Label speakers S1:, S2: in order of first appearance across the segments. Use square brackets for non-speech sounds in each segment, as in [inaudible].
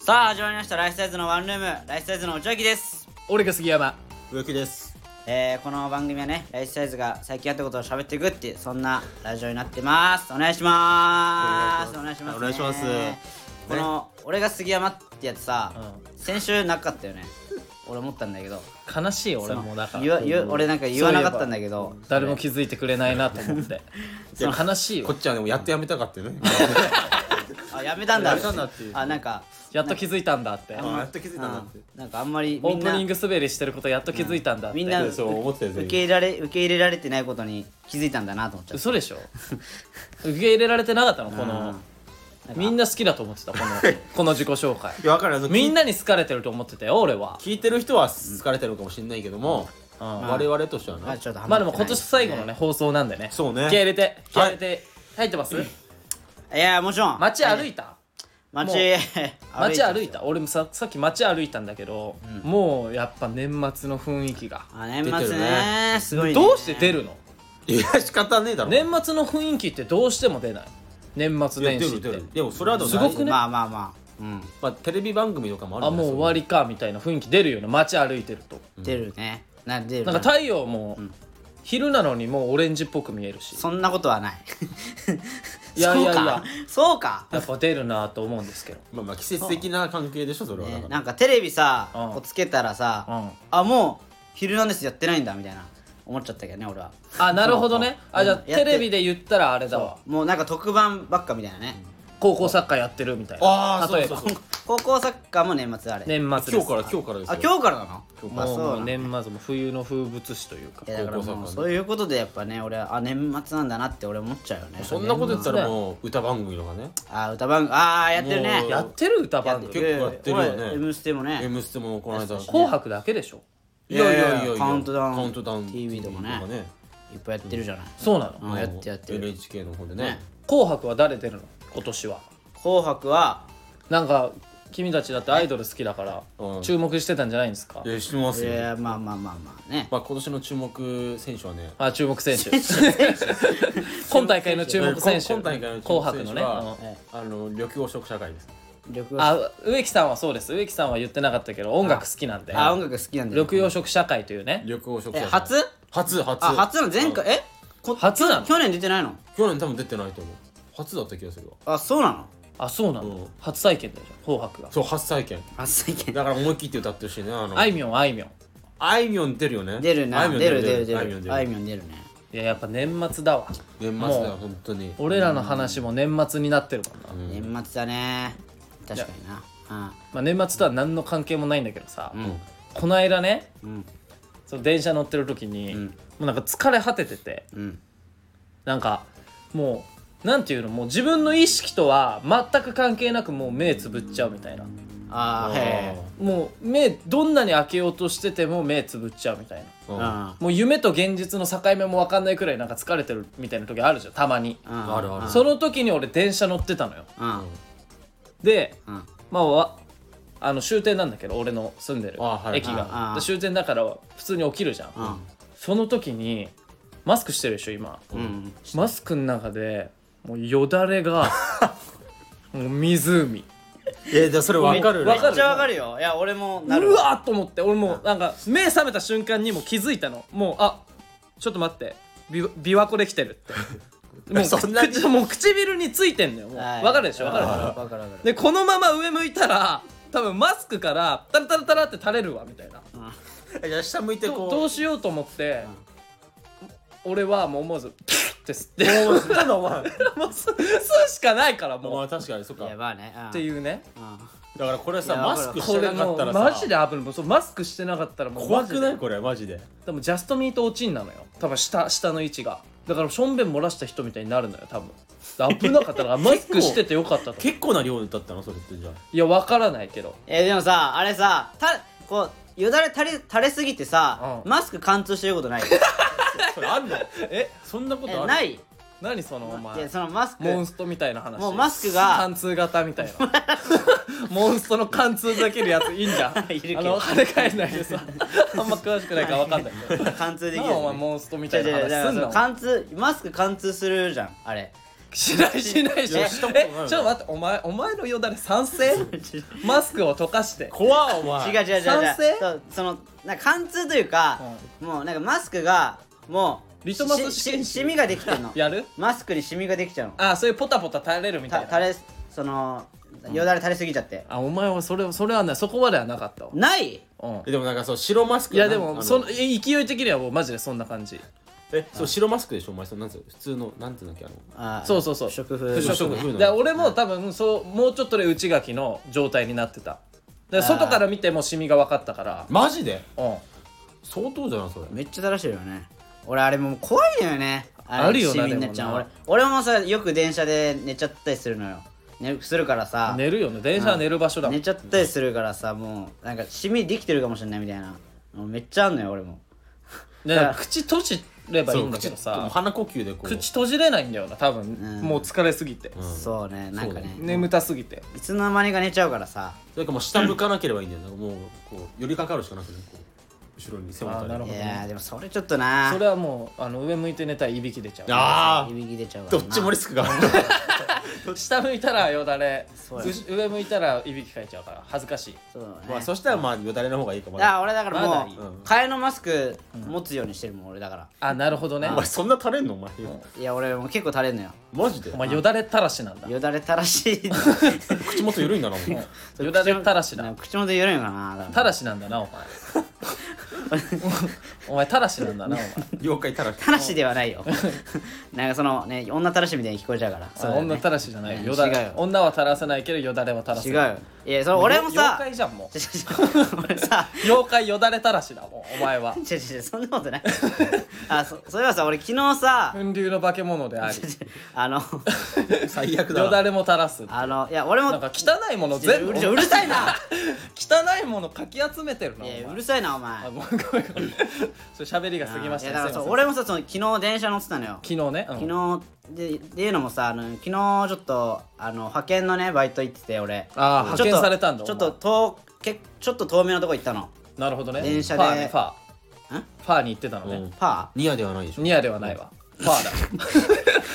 S1: さあ始まりましたライフサイズのワンルームライフサイズの内脇です、
S2: 俺が杉山
S3: 植木です
S1: えー、この番組はねライフサイズが最近やったことを喋っていくっていうそんなラジオになってますお願いしますお
S3: お
S1: 願
S3: 願
S1: い
S3: い
S1: し
S3: し
S1: ま
S3: ますす
S1: ね
S3: お願いします
S1: この、俺が杉山ってやつさ、
S2: う
S1: 先週なかったよね俺思ったんだけど
S2: 悲しい俺
S1: その
S2: もだか
S1: 言わ
S2: ら
S1: 言わ俺なんか言わなかったんだけど
S2: 誰も気づいてくれないなと思っていや悲しい
S3: こ
S2: よ
S3: っちはでもやってやめたかってね
S1: あやめたんだ
S3: やめたんだっていう
S1: あなんか
S2: やっと気づいたんだって
S3: あやっと気づいたんだって
S1: なんかあんまり
S2: オ
S1: みん
S2: ープ
S1: な
S2: ニング滑りしてることやっと気づいたんだって
S1: みんな
S3: そう思ってたよ
S1: 受
S3: 全員
S1: け入れられ受け入れられてないことに気づいたんだなと思っちゃった
S2: 嘘でしょ [laughs] 受け入れられてなかったのこの
S1: うん
S2: みんな好きだと思ってたこ
S1: [laughs]
S2: のこの自己紹介
S3: いや分かるあの
S2: みん
S3: な
S2: なに好かれてると思ってたよ俺は
S3: 聞いてる人は疲れてるかもしれないけども、我々としてはね、
S1: まあちょっとハ
S2: ま
S1: マ
S2: あ
S1: ってな
S2: で
S1: い
S2: も今年最後のね放送なんでね
S3: そうね
S2: 気合入れて気合入れて入ってます
S1: いやもちろん
S2: 街歩いた
S1: 街 [laughs]
S2: もう街歩い
S1: て
S2: た俺もささっき街歩いたんだけど、もうやっぱ年末の雰囲気が、
S1: あ年末
S3: 出てる
S1: ねすごいね
S2: どうして出るの
S3: いや仕方ねえだろ
S2: 年末の雰囲気ってどうしても出ない年末
S3: いや
S2: 年
S3: 出
S2: 始っ
S3: る出
S2: て
S3: るでもそれはでも
S2: すごくね
S1: まあまあまあうん
S3: まあ、テレビ番組とかもある
S2: あもう終わりかみたいな雰囲気出るよね街歩いてると
S1: 出るねな出る
S2: なんか太陽も、昼なのにもうオレンジっぽく見えるし
S1: そんなことはない
S2: いやいやいや
S1: そうかそうか
S2: やっぱ出るなと思うんですけど
S3: りまあまあ季節的な関係でしょそれはだ
S1: ね
S3: から、
S1: なんかテレビさ
S2: うん
S1: こうつけたら
S2: う
S1: さ
S2: ん
S1: あもう「ヒルナンデス」やってないんだみたいな思っちゃったけどね俺は
S2: あなるほどねあじゃあ
S1: うんやって
S2: テレビで言ったらあれだわ
S1: もうなんか特番ばっかみたいなね
S2: 高校サッカーやってるみたい
S3: あ
S2: な
S3: あそう
S2: 例え
S3: そう
S2: ば
S3: そう
S1: 高校サッカーも年末あれ
S2: 年末
S3: 今
S2: で
S3: 日
S2: す
S3: から今日からですよ
S1: あ今日からなのあ
S2: もう
S1: そう
S2: も
S1: な
S2: うん
S1: だ
S2: 年末も冬の風物詩というか
S1: いやだから
S3: 高校サッカ
S1: も
S3: ー
S1: う
S3: ね
S1: そういうことでやっぱね俺はあ年末なんだなって俺思っちゃうよね
S3: そんなこと言ってたらもう歌番組とかね
S1: あ歌番組ああやってるね
S3: もう
S2: やってる歌番組
S3: 結構やってるよね
S1: ええおい M ステも
S3: 「
S1: ね
S3: M ステ」もこの間
S2: 紅白だけでしょ
S3: いやいやいやいや
S1: カウントダウン
S3: カウントダウン
S1: TV とかねいっぱいやってるじゃない
S2: そうなの
S1: うんやってやってる
S3: NHK の方で
S1: ね
S3: ね
S2: 紅白は誰出るの今年は
S1: 紅白は
S2: なんか君たちだってアイドル好きだから
S3: うん
S2: 注目してたんじゃないんですか
S3: いやしてます
S1: い
S3: よ
S1: やまあまあまあまあね
S3: まあ今年の注目選手はね
S2: あ注目選
S3: [laughs]
S2: 手今大会の注目選手
S3: 今大会の
S2: 紅
S3: 注目
S2: 白
S3: 選
S2: の
S3: 手
S2: ね
S3: は
S2: うん
S3: あの緑黄色社会です
S1: 緑黄
S2: あ植木さんはそうです植木さんは言ってなかったけど音楽好きなんで
S1: あ音楽好きなんだよ
S2: 緑黄色社会というね
S3: 緑黄色社
S1: え
S3: 会
S1: 初
S3: 初初
S1: あ初の前回えこ
S2: 初なの
S1: 去年出てないの
S3: 去年多分出てないと思う初だった気がするわ
S1: あそうなの
S2: あそうなの初体験だよ紅白が
S3: そう初体験
S1: 初体験
S3: だから思い切って歌ってほしいねあの
S2: あいみょんあいみょん
S3: あいみょん出るよね
S1: 出る
S3: あ
S1: ない
S3: みょん
S1: 出る出る出
S3: あいみょん出
S1: るあい
S3: る
S1: みょん出るね
S2: いややっぱ年末だわ
S3: 年末だよ本当に
S2: 俺らの話も年末になってるもんな、
S1: 年末だね確かになうん
S2: まあ、年末とは何の関係もないんだけどさ、この間ね、
S1: ん
S2: その電車乗ってる時に、もうなんか疲れ果ててて
S1: うん
S2: なんかもうなんていうのもう自分の意識とは全く関係なくもう目つぶっちゃうみたいな
S1: ああへえ
S2: もう目どんなに開けようとしてても目つぶっちゃうみたいな
S3: うん
S1: うん
S3: あ
S1: あ
S2: もう夢と現実の境目も分かんないくらいなんか疲れてるみたいな時あるじゃんたまに
S3: るある
S2: その時に俺電車乗ってたのよ
S1: うん
S2: で
S1: うん
S2: まあわあの終点なんだけど俺の住んでる
S3: あはい
S2: 駅
S1: あ
S2: が
S1: あ
S2: で終点だから普通に起きるじゃん、
S1: うん
S2: その時にマスクしてるでしょ今、
S1: うん
S2: マスクの中でもうよだれ
S3: [laughs]
S2: がもう湖
S3: えじゃあそれわかる
S2: わ
S1: め
S2: か
S1: っ
S2: る
S1: ちゃわかるよいや俺もなる
S2: うわーっと思って俺もうなんか目覚めた瞬間にもう気づいたのもうあちょっと待ってび琵琶湖できてるって
S3: [laughs]
S2: もう
S3: そんなに
S2: 口 [laughs] もう唇についてんのよもう
S1: はい
S2: わかるでしょわかるでしょ
S1: わかるわかる
S2: でこのまま上向いたら多分マスクからタラタラタラって垂れるわみたいな
S3: えじゃあ下向いて
S2: どど
S3: こ
S2: うしようと思って、俺はもう思わずキュッて吸ってもう
S3: うなんだお [laughs] 前
S2: 吸うしかないからもう
S3: ま
S2: っ
S3: あ確かにそっ
S1: いや
S3: か
S1: まあねって
S2: いううね
S3: だからこれ
S1: い
S3: さ
S1: や
S3: マスクし
S2: こ
S3: て
S2: れ
S3: なか
S2: も
S3: った
S2: う
S3: ら
S2: マジで
S3: さ
S2: 危ないもうそうマスクしてなかったらもう
S3: 怖くな
S2: マジで
S3: いこれマジで
S2: でもジャストミート落ちんなのよ多分下下の位置がだからしょんべん漏らした人みたいになるのよ多分危なか
S3: [laughs]
S2: ったからマスクしててよかったと
S3: 結構な量だったのそれってじゃあ
S2: いやわからないけど
S1: えでもさあれさたこうよだれ垂れ垂れすぎてさ
S2: うん
S1: マスク貫通してることない
S3: それあんの
S2: え
S3: そんなことあ
S1: え
S3: る
S1: ないい
S2: 何そのお前
S1: やそのマスク
S2: モンストみたいな話
S1: もうマスクが
S2: 貫通型みたい
S1: [laughs]
S2: なモンストの貫通できるやついいんじゃ
S1: [laughs]
S2: ん
S1: いるけど
S2: あの跳ね返らない
S1: [laughs]
S2: でさあんま詳しくないから分かんないけど
S1: 貫通でき
S2: な
S1: る
S2: ん
S1: やつね
S2: でお前モンストみ
S1: じ
S2: た
S1: ゃ
S2: いな
S1: じゃ
S2: 話
S1: じ
S2: すん
S1: ゃ
S2: な
S1: 貫通マスク貫通するじゃんあれ
S2: [laughs] しないしないしないい
S3: や
S2: え
S3: し
S2: ち
S3: た
S2: ょっ
S3: ことないよ
S2: と待ってお前お前のよだれ
S1: [laughs]
S2: 賛成マスクを溶かして
S3: 怖っお
S1: 違う違う違
S3: 前
S1: う違う
S2: 賛成
S1: そうそのなんか貫通というか、もうなんかマスクがもう
S2: リトマス
S1: し
S2: 試験紙
S1: しシミができてるの
S2: やる
S1: マスクにシミができちゃうの
S2: あそういうポタポタ垂れるみた
S1: た
S2: い
S1: 垂
S2: な
S1: れそのよだれ垂れすぎちゃって、
S2: あお前はそれそれはねそこまではなかったわ
S1: ない
S2: うん
S3: えでもなんかそう白マスク
S2: いや
S3: な
S2: で
S3: んあ
S2: も
S3: の
S2: そのえ勢い的にはもうマジでそんな感じ
S3: えそう白マスクでしょお前そのなんつうの普通のなんていうんだっけあの
S1: あー
S2: そうそうそう
S1: 食風
S2: 不織
S3: 不織布
S2: 布
S3: の
S2: で俺も多分そうもうちょっとで内垣の状態になってたで外から見てもシミが分かったから
S3: マジで
S2: うん
S3: 相当じゃんそれ
S1: めっちゃ垂らしてるよね俺あれもう怖いのよねれ
S2: あるよな
S1: シミになっちゃう
S2: でも
S1: 俺
S2: な
S1: 俺もさよく電車で寝ちゃったりするのよ、ね、するからさ
S2: 寝るよね電車は寝る場所だも
S1: 寝
S2: ん
S1: ちゃったりするからさもうなんかシミできてるかもしれないみたいなもうめっちゃあんのよ俺も
S2: だから口閉じればいいんだけど
S3: もう
S2: さ
S3: 鼻呼吸でこう
S2: 口閉じれないんだよな多分
S1: ん
S2: もう疲れすぎて
S3: うん
S1: そうねなんかね
S3: そう
S2: 眠たすぎて
S1: いつの間にか寝ちゃうからさ
S3: それかもう下向かなければいいんだよなんかもうこう寄りかかるしかなくてこう後ろに
S2: あ
S3: 迫
S2: ー
S3: った
S2: なる
S3: り
S2: ほ
S1: い
S2: どね
S1: やーでもそれちょっとな
S2: それはもうあの上向いて寝たらいびき出ちゃう
S3: あ
S1: いびき出ちゃう
S3: あ
S1: か
S3: ど
S1: ら
S3: っ
S1: な
S3: ちもリスクがある
S2: 下向いたらよだれ
S1: うや
S2: うし上向いたらいびきかいちゃうから恥ずかしい
S1: そうね
S3: [laughs] まあそしたらまあよだれの方がいいかも
S1: いや俺だから
S2: まだい
S1: も
S2: いう
S1: 替えのマスク持つようにしてるもん俺だから
S2: あなるほどね
S3: お前そんな垂れんのお前
S1: いや俺もう結構垂れんのよ
S3: マジで
S2: お前よだれたらしなんだ
S1: よだれたらしい
S3: 口元緩いんだなお前
S2: [laughs] よだれたらしだ
S1: 口元緩いのかなだ
S2: た
S1: から
S2: らしなんだなお前お [laughs] 前たらしなんだな
S1: [laughs]
S2: お前
S3: 妖怪たらした
S1: らしではないよ [laughs] なんかそのね女たらしみたいに聞こえちゃうから
S2: あ
S1: だよね
S2: 女たらしじゃないよ
S1: うん
S2: よだ
S1: 違う
S2: れ
S1: よ
S2: 女はたらさないけどよだれはたらす
S1: 違うよいやそれ俺も
S2: 妖
S1: さ
S2: 怪じゃんも
S1: 俺さ
S2: う妖怪よだれたらしだもんお前は
S1: 違う違うそんなことない
S2: [laughs]
S1: あそそれはさ俺昨日さ
S2: 粉流の化け物であり
S1: [laughs] あの
S3: 最悪だ
S2: よだ
S3: な
S2: れもたらす
S1: あのいや俺も
S2: なんか汚いもの
S1: ちょ
S2: 全
S1: う
S2: 部
S1: るうるさいな
S2: [laughs] 汚いものかき集めてるない
S1: やう
S2: お前
S1: るさいなお前
S2: あごめんごめんごめん [laughs] それ喋りが過ぎまし
S1: い
S2: た
S1: やだからそう
S2: すいません
S1: 俺もさその昨日電車乗ってたのよ
S2: 昨日ねうん
S1: 昨日でっていうのもさあの昨日ちょっとあの派遣のねバイト行ってて俺
S2: あー
S1: ちょっと
S2: 派遣されたんだ
S1: ちょっと遠けちょっと遠めのとこ行ったの
S2: なるほどね
S1: 電車で
S2: ファーねファー
S1: ん
S2: ファーに行ってたの
S3: う
S2: ね
S3: ん
S1: パ
S3: ニアではないでしょ
S2: ニアではないわファー
S1: [laughs]
S2: だ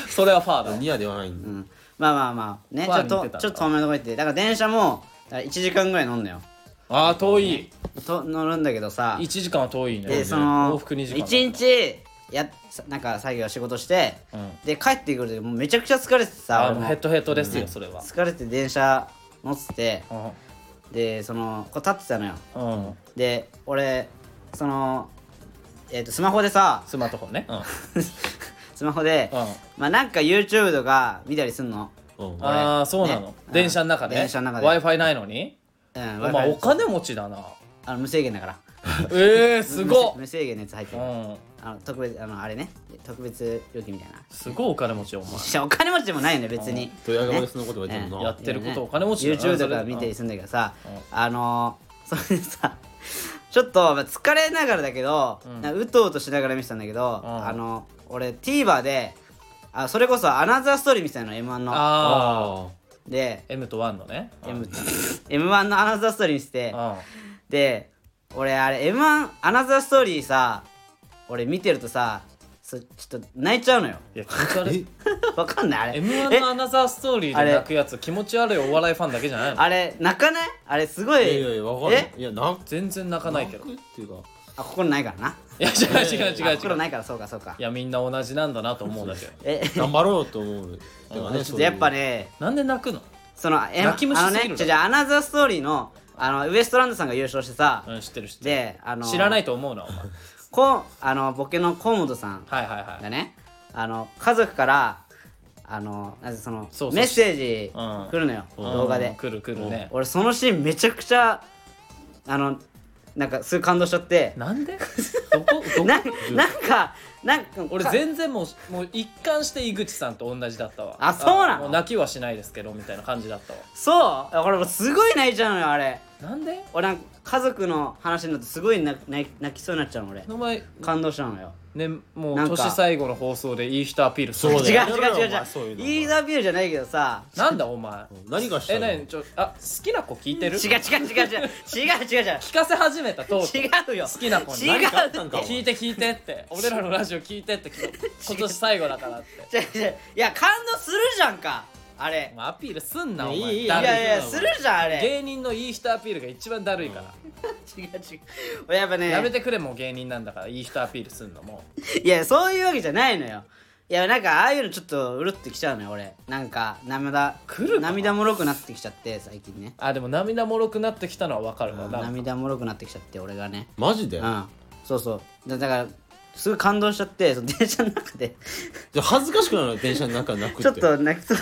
S2: それはファーだ
S3: ニアではないん
S1: ー、
S3: だ
S1: うん、まあまあまあねち
S2: フ
S1: ょ
S2: ァー
S1: っ
S2: に行っ
S1: と
S2: てたんだ
S1: ちょっと遠めのとこ行ってだから電車もだから1時間ぐらい乗んのよ
S2: ああ遠い
S1: と乗るんだけどさ
S2: 1時間は遠いね
S1: でその
S2: 往復2時間だ
S1: 1日やさなんか作業仕事して、
S2: うん
S1: で帰ってくる時もうめちゃくちゃ疲れてさ
S2: あ
S1: 俺
S2: もう
S1: も
S2: ヘッドヘッドですよそれは
S1: 疲れて電車乗ってて
S2: う
S1: でそのこう立ってたのよ
S2: ん、うん、
S1: で俺そのえっ、とスマホでさ
S2: スマートフォンねうん、うん、
S1: スマホで、まあなんか YouTube とか見たりすんの
S3: うん
S2: ああそうなの、
S1: ねうん
S2: 電車の中で
S1: 電車の中で
S2: w i f i ないのに
S1: うん
S2: お
S1: Wi-Fi
S2: 前お金持ちだな
S1: あの無制限だから
S2: えー、すごっ
S1: 無無制限のやつ入って
S2: う
S1: る、
S2: ん
S1: あの特別あのあれね特別料金みたいな [laughs]
S2: すごいお金持ちよお前
S1: いやお金持ちでもないよね別に
S3: ドヤ顔でそのこと言われても
S2: や
S3: な
S2: ってることお金持ちだな
S1: YouTube
S2: そ
S1: と
S2: れ
S1: か見たりするんだけどさ、
S2: う
S1: あのーそれでさちょっとまあ疲れながらだけど、う
S2: うん
S1: なんかうとうとしながら見てたんだけど、
S2: うん
S1: あの俺 TVer であそれこそ「アナザーストーリー」みたいなの m 1の
S2: ああ
S3: あ
S1: で
S2: M と1のね
S1: M 1の「アナザーストーリー」見てて
S2: あ
S1: で俺あれ m 1アナザーストーリーさ俺見てるとさそちょっと泣いちゃうのよ
S2: いや気持ち悪い
S1: わかんないあれ
S2: M 1のアナザーストーリーで泣くやつ気持ち悪いお笑いファンだけじゃないの
S1: あれ泣かないあれすごい
S3: あいやいやいやわかんない
S1: え
S3: いやなんか
S2: 全然泣かないけどい
S3: っていうか
S1: あここにないからな
S2: や違う違う違う
S1: あ
S2: 違
S1: 袋
S2: う
S1: ないからそうかそうか
S2: いやみんな同じなんだなと思うんだけど [laughs]
S1: え
S3: 頑張ろうと思うだからね
S1: ちょっ
S3: そ
S1: と
S3: ういう
S1: やっぱね
S2: なんで泣くの
S1: そのえ
S2: 泣き虫
S1: あの
S2: すぎ
S1: ね
S2: る
S1: じゃじゃアナザーストーリーのあのウエストランドさんが優勝してさ、
S2: うん知ってる知ってる
S1: であの
S2: 知らないと思うなお前
S1: こあのボケの河本さん
S2: はいはいは
S1: が
S2: い
S1: ねあの家族からあのなんかその
S2: そうそう
S1: メッセージ
S2: うん
S1: 来るのよ、
S2: うん
S1: 動画で、
S2: 来る来るね
S1: 俺そのシーンめちゃくちゃあのなんかすごい感動しちゃって
S2: な
S1: [laughs]
S2: んでどこどこ
S1: ななんかなんか
S2: 俺
S1: か
S2: 全然もうもう一貫して井口さんと同じだったわ
S1: あそうなの
S2: もう泣きはしないですけどみたいな感じだったわ
S1: そう俺もすごい泣いちゃうのよあれ
S2: なんで
S1: 俺なんか家族の話になってすごい泣泣泣きそうになっちゃうの俺
S2: お前
S1: 感動したのよ
S2: ねもう
S1: なんか
S2: 年最後の放送でいい人アピールす
S3: そ
S2: る
S3: うだよ
S1: 違う違う違う
S3: やめろよお前そう
S1: 違
S3: いううの
S1: いいアピールじゃないけどさ
S2: なんだお前
S3: 何がしたい
S2: え
S3: の
S2: 何ちょあ好きな子聞いて
S1: 違う
S2: る
S1: 違う違う違う違う違う違う
S2: 聞かせ始めたとうとう
S1: 違うよ
S2: 好きな子に
S1: 違う
S3: 何かあったんかお前
S2: 聞いて聞いてって俺らのラジオ聞いてって今年最後だからって
S1: 違う違ういや感動するじゃんかあれ
S2: お前アピールすんなお前
S3: いやいいいい
S1: い
S2: だる
S1: やいや
S2: お前
S1: するじゃんあれ
S2: 芸人のいい人アピールが一番だるいから、
S1: 違う違う俺やっぱね
S2: やめてくれもう芸人なんだからいい人アピールすんのもう
S1: いやそういうわけじゃないのよいやなんかああいうのちょっとうるってきちゃうのよ俺なんか涙
S2: 来るか
S1: 涙もろくなってきちゃって最近ね
S2: あでも涙もろくなってきたのは分かるわ、なんか
S1: 涙もろくなってきちゃって俺がね
S3: マジで
S1: うんそうそうだだからすごい感動しちゃってその電車の中で
S3: じゃあ恥ずかしくなるの電車の中泣くって
S1: ちょっと泣きそう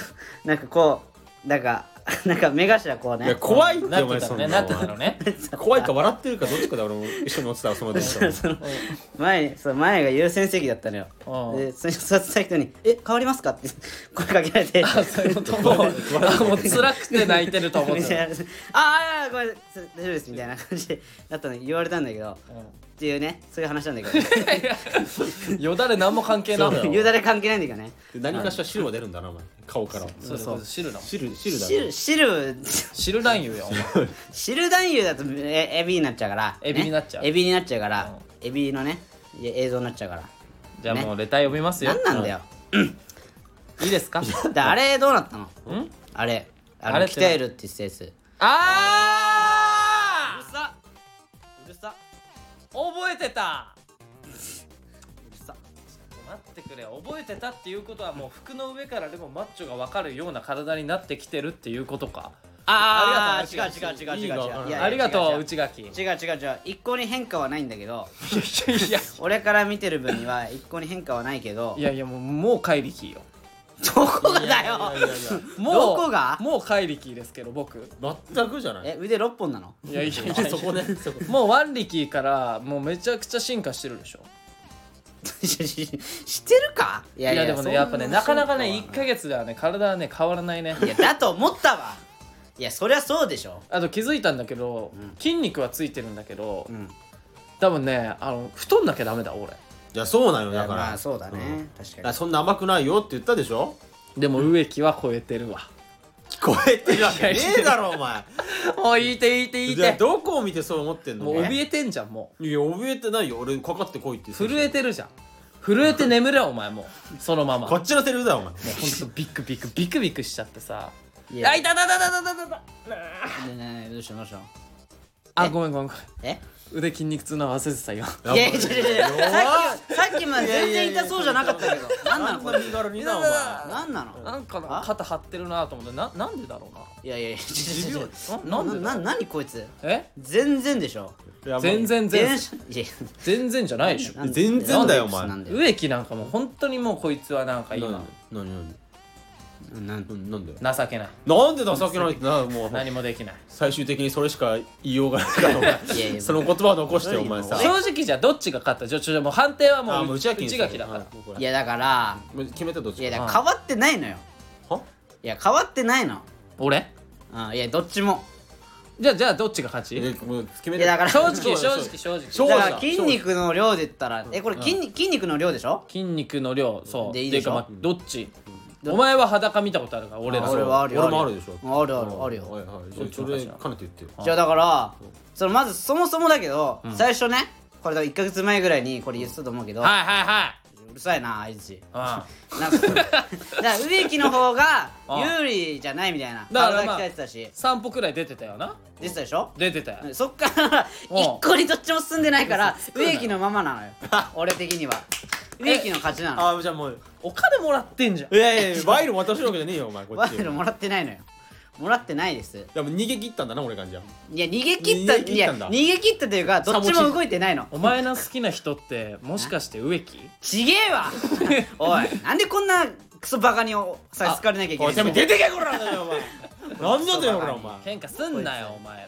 S1: なんかこうなんかなんか目頭こう
S3: いや
S1: ね
S3: 怖いって
S2: な
S3: お
S2: って
S3: 前
S2: た
S3: そ
S2: の
S3: んな
S2: ねなっ
S3: の
S2: てたのね
S3: 怖いか笑ってるかどっちかで俺も一緒に乗ってたわその電車
S1: [laughs]
S3: も
S1: 前にそう前が優先席だったのよ
S2: うん
S1: でそれに座ってた人に「え変わりますか?」って声かけられて
S2: あそういうこ
S3: [laughs]
S2: ともうあもう辛くて泣いてると思っ
S1: みたい [laughs]
S2: て
S1: なああごめんなさい大丈夫ですみたいな感じでだったのに言われたんだけど、っていうねそういう話なんだけど
S2: たよだれ何も関係ない
S3: そうだよ
S1: 言うだれ関係ないんだけどね
S3: で何かしら汁は出るんだなお前顔から
S2: そうそう汁なの
S3: 汁汁だ
S1: 汁
S3: ね
S1: 汁
S2: 汁男優やお前
S1: 汁男優だとえエビになっちゃうから、
S2: エビになっちゃう
S1: ねエビになっちゃうから、エビのねい映像になっちゃうから
S2: じゃあもうレター読みますよ
S1: 何なんだよ、
S2: いいですか
S1: であれどうなったの
S2: ん
S1: あれあ
S2: あ
S1: れ
S2: れって
S1: 鍛えるって言ってたやつ
S2: あー
S1: さうるさ
S2: 覚えてた
S1: うるさ
S2: 待ってくれ覚えてたっていうことはもう服の上からでもマッチョが分かるような体になってきてるっていうことか
S1: あ
S2: ありがとう
S1: ー違う違う違う違う違う
S3: 意味がわからん
S1: いやいや
S2: ありがと
S1: 違
S2: う
S1: 違
S2: 内垣
S1: 違う違う違う一向に変化はないんだけど
S2: いやいや
S1: 俺から見てる分には一向に変化はないけど
S2: いやいやもうもう怪力よ
S1: どこが
S3: い
S1: だ
S3: やい
S1: よ
S3: やいやいやいや
S2: もう
S1: どこが
S2: もう怪力ですけど僕
S3: 全くじゃない
S1: え腕6本なの [laughs]
S2: いやいやいや
S3: そこねそこ
S2: もうワン力からもうめちゃくちゃ進化してるでしょ
S1: ししししてるかい
S2: いやでも
S1: そん
S2: ねやっぱねなかなかね
S1: そう
S2: 1ヶ月ではね体はね変わらないね
S1: いやだと思ったわいやそりゃそうでしょ
S2: あと気づいたんだけど、筋肉はついてるんだけど、
S1: ん
S2: 多分ねあの太んなきゃダメだ俺
S3: いやそうなんよ
S1: いや
S3: だから
S1: まあそうだね、
S3: ん
S1: 確
S3: だか
S1: からに
S3: そんな甘くないよって言ったでしょ
S2: でも植木は超えてるわ
S3: 聞こえてるわけねえだろお前
S2: もういいていいていい
S3: じゃあ
S2: て
S3: どこを見てそう思ってんの
S2: もう怯えてんじゃんも
S3: いや怯えてないよ俺かかってこいって
S2: う震え
S3: て
S2: てるじゃん震えて眠れよお前もうそのまま
S3: こ
S2: もう
S3: っちのセリフだよお前
S2: ほんとビクビクビクビクしちゃってさ
S1: い
S2: あいたたたたたたた
S1: ねねねどうしたのどうしたの
S2: あごめんごめんごめん
S1: え
S2: 腕筋肉痛なの忘れてたよ
S1: いやいやいやいやさっきさっきまで全
S3: いや
S1: 然
S3: いや
S1: 痛そうじゃなかったけど何なのこれ
S3: 身軽になお
S2: いやいやい
S3: 前
S1: 何なの
S2: なんかな
S1: あ
S2: 肩張ってるなと思ってななんでだろうない
S1: やいやいや
S2: 持
S1: ちょ
S2: 病
S1: ちょちょ
S2: ななんでだ
S1: なな何こいつ
S2: え
S1: 全然でしょ
S3: いやもう
S2: 全然全
S1: 電
S2: 然
S1: 車いや
S2: 全然じゃないでしょ
S1: なんで
S3: 全然だ
S1: なん
S3: よ
S1: で
S3: お前
S1: なんで
S2: 植木なんかもう本当にもうこいつはなんか
S3: 何
S2: 今
S3: 何何
S1: なん
S3: 何なんだよ
S2: 情けない
S3: なんで情けないってなもう
S2: 何もできない
S3: 最終的にそれしか言いようがないからお
S1: [laughs] いやいや
S3: 前その言葉を残してお前さ
S2: 正直じゃあどっちが勝ったじゃあちょもう判定はも
S3: あ
S2: う
S3: もう
S2: 内
S3: 内
S2: 垣
S3: 垣
S2: だから
S1: いやだから
S3: ら決めたどっ
S1: い
S3: ち
S1: やだ
S3: か
S1: から変わってないのよ
S3: はい
S1: や変わってないの
S2: 俺
S1: うんいやどっちも
S2: じゃあじゃあどっちが勝ち
S3: えもう決め
S1: いやだから
S2: 正直
S3: そうだ
S2: 正直正
S3: そうだ
S2: 直
S3: 正
S1: だ
S3: 直
S1: から筋肉の量で言ったらえこれ筋肉筋肉の量でしょ
S2: 筋肉の量そう
S1: でいい
S2: て
S1: で
S2: いう
S1: しょ
S2: かまあどっちお前は裸見たことあるから俺ら
S1: あ
S2: そう
S1: 俺はあるよ
S3: 俺もあるでしょ
S1: あるあるある
S3: は
S1: よ
S3: いはいそれかねて言ってよ
S1: じゃあだからそのまずそもそもだけど最初ねこれだから1か月前ぐらいにこれ言ってたと思うけど
S2: はいはいう
S1: るさいなあいつ
S2: [laughs] はい
S1: なんか [laughs] だから植木の方が
S2: あ
S1: 有利じゃないみたいな
S2: だから
S1: 体
S2: まあ
S1: 鍛えてたし
S2: 散歩くらい出てたよな
S1: 出てたでしょ
S2: 出てたよ
S1: そっ
S3: [laughs]
S1: から
S2: うん
S1: 一個にどっちも進んでないから植木のままなの
S3: [laughs]
S1: よ俺的には植木の勝ちなの
S3: あじゃあもう
S2: お金もらってんじゃん
S3: いやいやワイル渡してるわけじゃねえよお前こ
S1: ワ
S3: っち
S1: イルもらってないのよもらってないです
S3: でも逃げ切ったんだな俺がじゃあ
S1: いや逃げ切った
S3: 逃げ切ったん
S1: いや
S3: だ
S1: 逃げ切ったというかどっちも動いてないの
S2: お前の好きな人ってもしかして植木
S1: ちげえ
S3: [laughs]
S1: わおいなんでこんなクソバカにおさ好かれなきゃいけ
S3: おい
S1: な
S3: て
S1: い
S3: めえ
S1: んだ
S3: 出てけこら
S1: [laughs]
S3: お前何だってよこらお前
S2: 喧嘩すんなよお前ら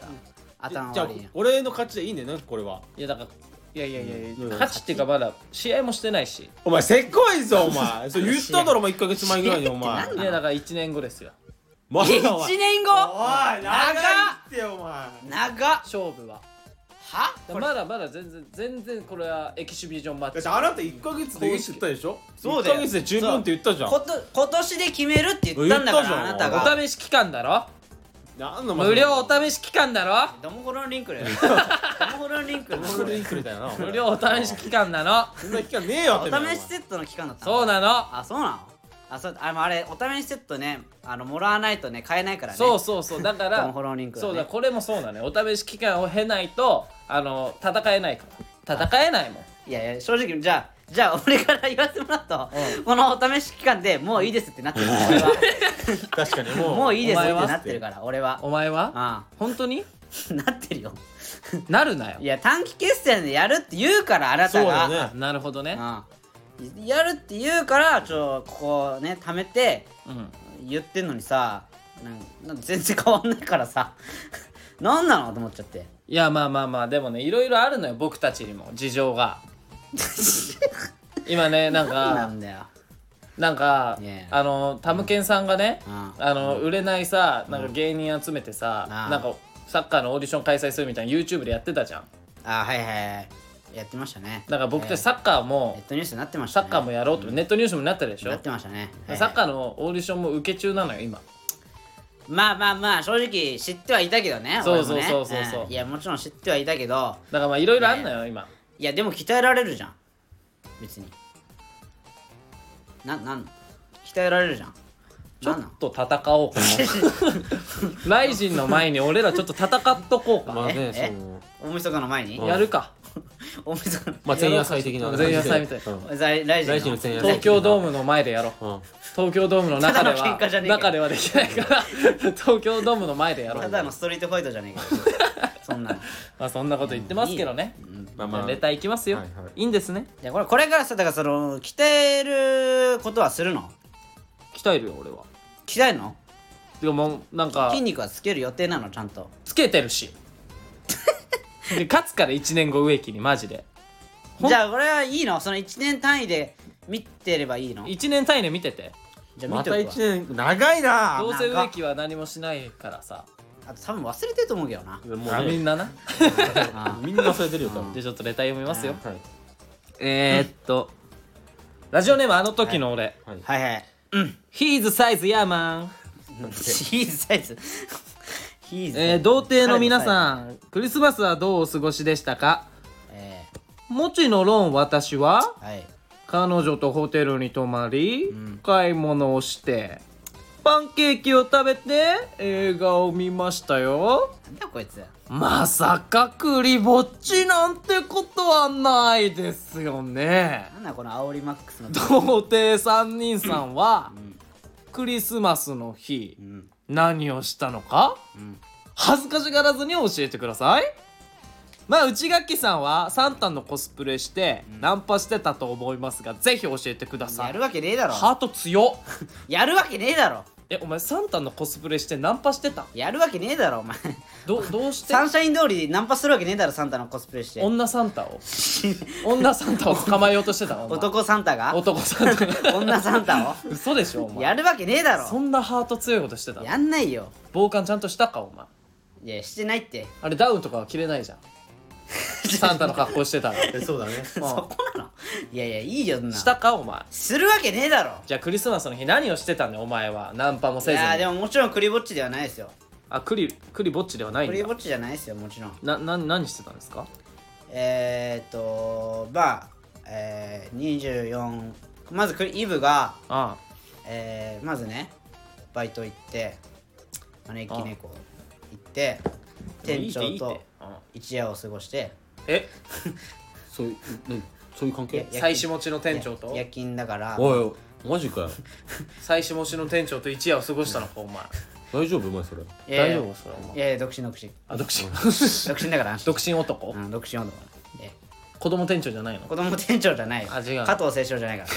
S1: 頭
S3: じゃあ
S1: 悪いよ
S3: 俺の勝ちでいいんだよなこれはい
S2: やだからいやいやいやいや
S3: うん
S2: 勝ちっていうかまだ試合もしてないし
S3: お前せっこいぞお
S1: [laughs]
S3: 前それ言っただろお前1ヶ月前ぐらいにお前
S2: いやだから1年後ですよ
S1: [laughs]
S3: まだお前
S1: 1年
S3: お
S1: 後
S3: い長いってお前
S1: 長っ
S2: 勝負は
S1: はこれ
S2: まだまだ全然全然これはエキシビジョンマッ
S3: だっ
S2: チ
S3: てあなた1ヶ月でいいって言ったでしょ
S1: そうだよ
S3: 1ヶ月で十分って言ったじゃん
S1: こと今年で決めるって言ったんだか
S3: 言ったじゃ
S1: ら
S3: ん
S1: あなたが
S2: お試し期間だろ
S3: なんの
S2: 無料お試し期間だろ
S1: ドモホロンリンクだよドモホロンリンクだよ
S3: 無料リンクみたいな
S2: 無料お試し期間なの
S3: そんな期間ねえよ
S1: お
S3: てめえお前
S1: 試しセットの期間だった
S2: そうなの
S1: あそうなのあそうああれお試しセットねあのもらわないとね買えないからね
S2: そうそうそうだか
S1: ド
S2: ら
S1: ンホロンリンクだね
S2: そうだこれもそうなのよお試し期間を経ないとあの戦えないから戦えないもん
S1: いやいや正直じゃあじゃあ俺から言わせてもらうと、このお試し期間でもういいですってなってるから俺は
S3: 確かにもう
S1: もういいですって
S2: お前は
S1: なってるから俺は
S2: お前は
S1: あ
S2: 本当に
S1: あ [laughs] なってるよ
S2: なるないよ
S1: や短期決戦でやるって言うからあなたが
S3: そうだよね
S2: なるほどね
S1: ああやるって言うからちょここをね貯めて
S2: うん
S1: 言ってんのにさなんなんか全然変わんないからさ [laughs] なんなのと思っちゃって
S2: いやまあまあまあでもねいろいろあるのよ僕たちにも事情
S1: [laughs]
S2: が今ねなん
S1: な
S2: か
S1: んだよ
S2: なんか
S1: ねえ
S2: あのタムケンさんがね
S1: うん
S2: あの売れないさなんか芸人集めてさ
S1: ああ
S2: なんかサッカーのオーディション開催するみたいな YouTube でやってたじゃん
S1: あはいはいはいやってましたね
S2: だから僕たちサッカ
S1: ネ
S2: ー
S1: ッ
S2: も
S1: トニュースになってまし
S2: サ
S1: た
S2: ッカーもやろうとネットニュースもなったでしょ
S1: なってましたね、はいはい
S2: サッカーのオーディションも受け中なのよ今
S1: まあまあまあ正直知ってはいたけどね
S2: そうそう
S1: 俺もね
S2: そうそうそうん
S1: いやもちろん知ってはいたけど
S2: だからまあいろいろあんのよ今
S1: いやでも鍛えられるじゃん別にななん鍛えられるじゃん
S2: ちょ
S1: なん
S2: っ
S1: なん [laughs]
S2: と戦おうかなライジンの前に俺らちょっと戦っとこうか
S3: まあね
S1: え
S3: その
S1: 大晦日の前に
S3: うん
S2: やるか
S1: 大晦日の
S3: まあ前夜祭的な
S2: 前夜祭みたいな
S3: うん
S1: 在来
S3: 来
S1: 週
S3: 週
S1: の
S3: の前夜祭
S2: 東京ドームの前でやろう
S3: ム
S2: 東京ドームの中で
S1: ただ [laughs] の喧嘩じゃ
S2: は
S1: ねえかよ
S2: 中ではできないから東京ドームの前でやろ
S1: た
S2: う
S1: だのストリートファイトじゃねえかよそんなの
S2: まあそんなこと言ってますけどね
S3: まあ
S2: じゃ
S3: ま
S2: あ
S3: あ
S2: レターいきますよ
S3: はいはい
S2: いいんですね
S1: じゃあこれこれからさだからその鍛えることはするの
S2: 鍛えるよ俺は
S1: 鍛えるの
S2: でもなんか
S1: 筋肉はつける予定なのちゃんと
S2: つけてるし [laughs] で勝つから1年後植木にマジでほん
S1: じゃあこれはいいのその1年単位で見てればいいの
S2: 1年単位で見てて
S1: じゃあ
S3: ま
S1: 見て
S3: た
S1: おくわ、
S3: 1年長いな
S2: どう
S1: う
S2: せ
S1: せ
S2: 植
S1: 植
S2: 木は何もしないからさ
S1: あと多分忘れてると思うけどな
S3: も
S2: あ
S3: う
S2: み
S3: ね
S2: んなな
S1: あ
S3: みんな忘れてるよ多分
S2: でちょっとレター読みますよ
S3: はい
S2: [laughs] えーっとラジオネームあの時の俺
S3: はい
S1: はいはい
S2: ヒーズサイズヤーマン
S1: ヒーズサイズヒーズサイズ
S2: えー童貞の皆さんクリスマスはどうお過ごしでしたか
S1: え
S2: もちのロン私は
S1: ーはい
S2: 彼女とホテルに泊まり、買い物をしてパンケーキを食べて映画を見ましたよ
S1: なんだこいつ
S2: まさかクリぼっちなんてことはないですよね
S1: なんだこのアオリマックスの
S2: 童貞三人さんは、クリスマスの日、
S1: ん
S2: 何をしたのか、
S1: ん
S2: 恥ずかしがらずに教えてくださいまあ内垣さんはサンタのコスプレして、ナンパしてたと思いますがぜひ教えてくださ
S1: や
S2: い
S1: るわけねえだろ
S2: ハート強っ
S1: やるわけねえだろ
S2: えお前サンタのコスプレしてナンパしてた
S1: やるわけねえだろお前 [laughs]
S2: どどうして
S1: サンシャイン通りでナンパするわけねえだろサンタのコスプレして
S2: 女サンタを女サンタを捕まえようとしてたのお
S1: [laughs]
S2: 前
S1: 男サンタが
S2: 男サンタ
S1: 女サンタ
S2: [laughs] 嘘でしょお
S1: を
S2: 前
S1: やるわけねえだ
S2: そ
S1: ろ
S2: んなハート強いことしてたの
S1: やんないよ
S2: 防寒ちゃんとしたかお前
S1: いやしてないって
S2: あれダウンとかは着れない
S1: [laughs]
S2: じゃんサンタの格好してたら
S3: えそうだね
S1: そこなのいやいやいいよそんな
S2: したかお前
S1: するわけねえだろ
S2: じゃあクリスマスの日何をしてたんだよお前はナンパも
S1: い
S2: せずに
S1: やでももちろんクリぼっちではないですよ
S2: あクリクリぼっちではない
S1: クリ
S2: ん
S1: ぼ
S2: だ
S1: っちじゃないですよもちろん
S2: なな何してたんですか
S1: えーっとまあ、えー、24まずクリイブが、
S2: あ
S1: えー、まずねバイト行って招き猫行って
S2: あで
S1: 店
S2: もいい
S1: 長
S2: っていいっ
S1: と
S2: てうん
S1: 一夜を過ごして
S2: え
S3: そういう何そういう関係
S1: いや
S2: 妻子持ちの店長と
S1: 夜勤だから
S3: おいおいマジかよ
S2: 妻子持ちの店長と一夜を過ごしたのかお前
S3: 大丈夫お前それ
S1: いやいや
S2: 大丈夫それお前
S1: いやいや独身独身
S2: あ独
S1: [laughs]
S2: 身
S1: 独身だから安心
S2: 独身男、
S1: うん独身男え
S2: 子供店長じゃないの
S1: 子供店長じゃないよ
S2: あ違う
S1: 加藤清少じゃないから、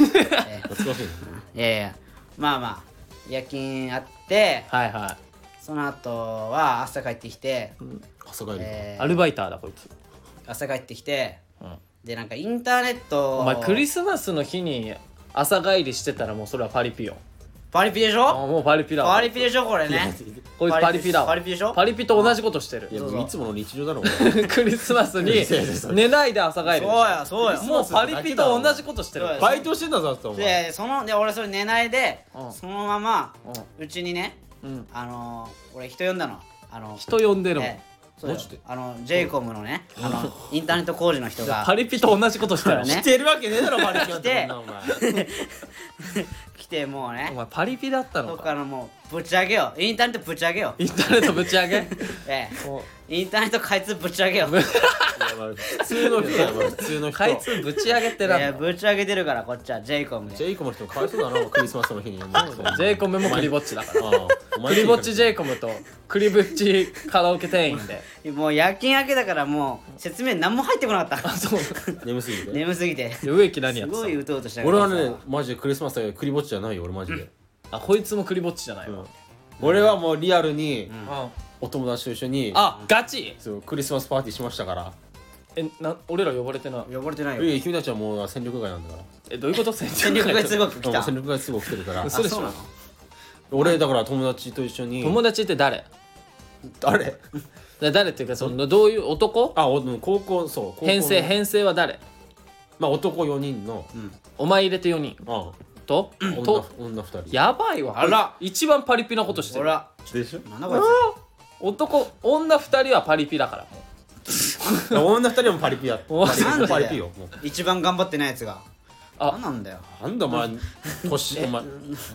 S1: え
S3: 懐かしいね
S1: いやいやまあまあ夜勤あって
S2: はいは
S1: その後は朝帰ってきて、
S3: 朝帰り
S2: い
S1: えー
S2: アルバイターだこいつ
S1: 朝帰ってきて、
S2: うん
S1: でなんかインターネット
S2: お前クリスマスの日に朝帰りしてたらもうそれはパリピよ
S1: パリピでし
S2: あ
S1: ょ
S2: もうパリピだ
S1: パリピでしょこれね
S2: こいつパリピだわ
S1: パリピでしょ
S2: パリピと同じことしてる
S3: いや
S1: どうぞ
S3: もういつもの日常だろ
S2: クリスマ
S1: [laughs]
S2: スに
S3: そうそうそう
S2: 寝ないで朝帰
S1: そ
S2: る
S1: うやそうや
S2: もうパリピと同じことしてる
S1: そうや
S3: バイトしてんだぞだってお前
S1: でそので俺それ寝ないで
S2: うん
S1: そのままうちにね
S2: うんうん
S1: あのー俺人呼んだのあの
S2: 人呼んでるもん
S1: ええそうよ
S3: マジで
S1: あの j イコムのねあのインターネット工事の人が
S2: パリピと同じことしてる
S1: ね
S3: してるわけねえだろマリキなんて
S1: して
S3: こんなお前
S1: 来てもう
S2: お
S1: ね
S2: 前パリピだったの
S1: 僕
S2: か
S1: あのもうぶち上げようインターネットぶち上げよう
S2: インターネットぶち上げ
S1: え
S2: も
S1: えインターネット開通ぶち上げよう
S3: いやまあ普通の人だよお前普通の
S2: う
S3: 人
S2: 開通ぶち上げって
S1: い
S2: な
S1: や
S2: んだ
S1: ぶち上げてるからこっちは j イコム
S3: ジ
S1: で
S3: ェイコムの人もかわいそうだなお前クリスマスの日に
S2: ジェイコムもクリぼっちだから
S3: ム
S2: クリぼっちジェイコムとクリぼっちカラオケ店員で
S1: もう夜勤明けだからもう説明何も入ってこなかった
S2: そう
S3: 眠すぎて
S1: 眠すぎて
S2: で植木何や
S1: す
S2: ってた
S1: ごいうとうとした
S3: 俺はねマジでクリスマスだけどクリぼっちじゃないよ俺マジで、
S2: あこいつもクリぼっちじゃないわ、
S3: 俺はもうリアルに
S1: ん
S2: あ
S3: お友達と一緒に
S2: あガチ
S3: そうクリスマスパーティーしましたから
S2: えな俺ら呼ばれてない
S1: 汚れてないよ
S3: いや君たちはもう戦力外なんだから
S2: えどういうこと戦
S1: 戦力外通
S2: ごい
S1: 告来
S3: もう
S1: た
S3: 戦力外すぐ起きてるから
S2: 嘘でし
S1: あそうな
S2: ょ
S1: の
S3: 俺だから友達と一緒に
S2: 友達って誰
S3: 誰
S2: だ誰っていうかそのどういう男
S3: あお高校そう高校の
S2: 編成編成は誰
S3: まあ男4人の
S2: お前入れて4人
S3: あ
S2: と
S3: 女
S2: と
S3: 女2人
S2: やばいわ
S1: あら
S2: 一番パリピなことして
S1: ほ
S2: る
S1: ら
S3: でしょ
S1: なんだこい
S2: 男女2人はパリピだからも
S3: 女2人もパリピや
S2: お
S3: パリピ
S1: なんで
S3: パリピよもう
S1: つ一番頑張ってないやつが
S2: あ
S1: なんなんだよ
S3: なんだお前年お前
S2: う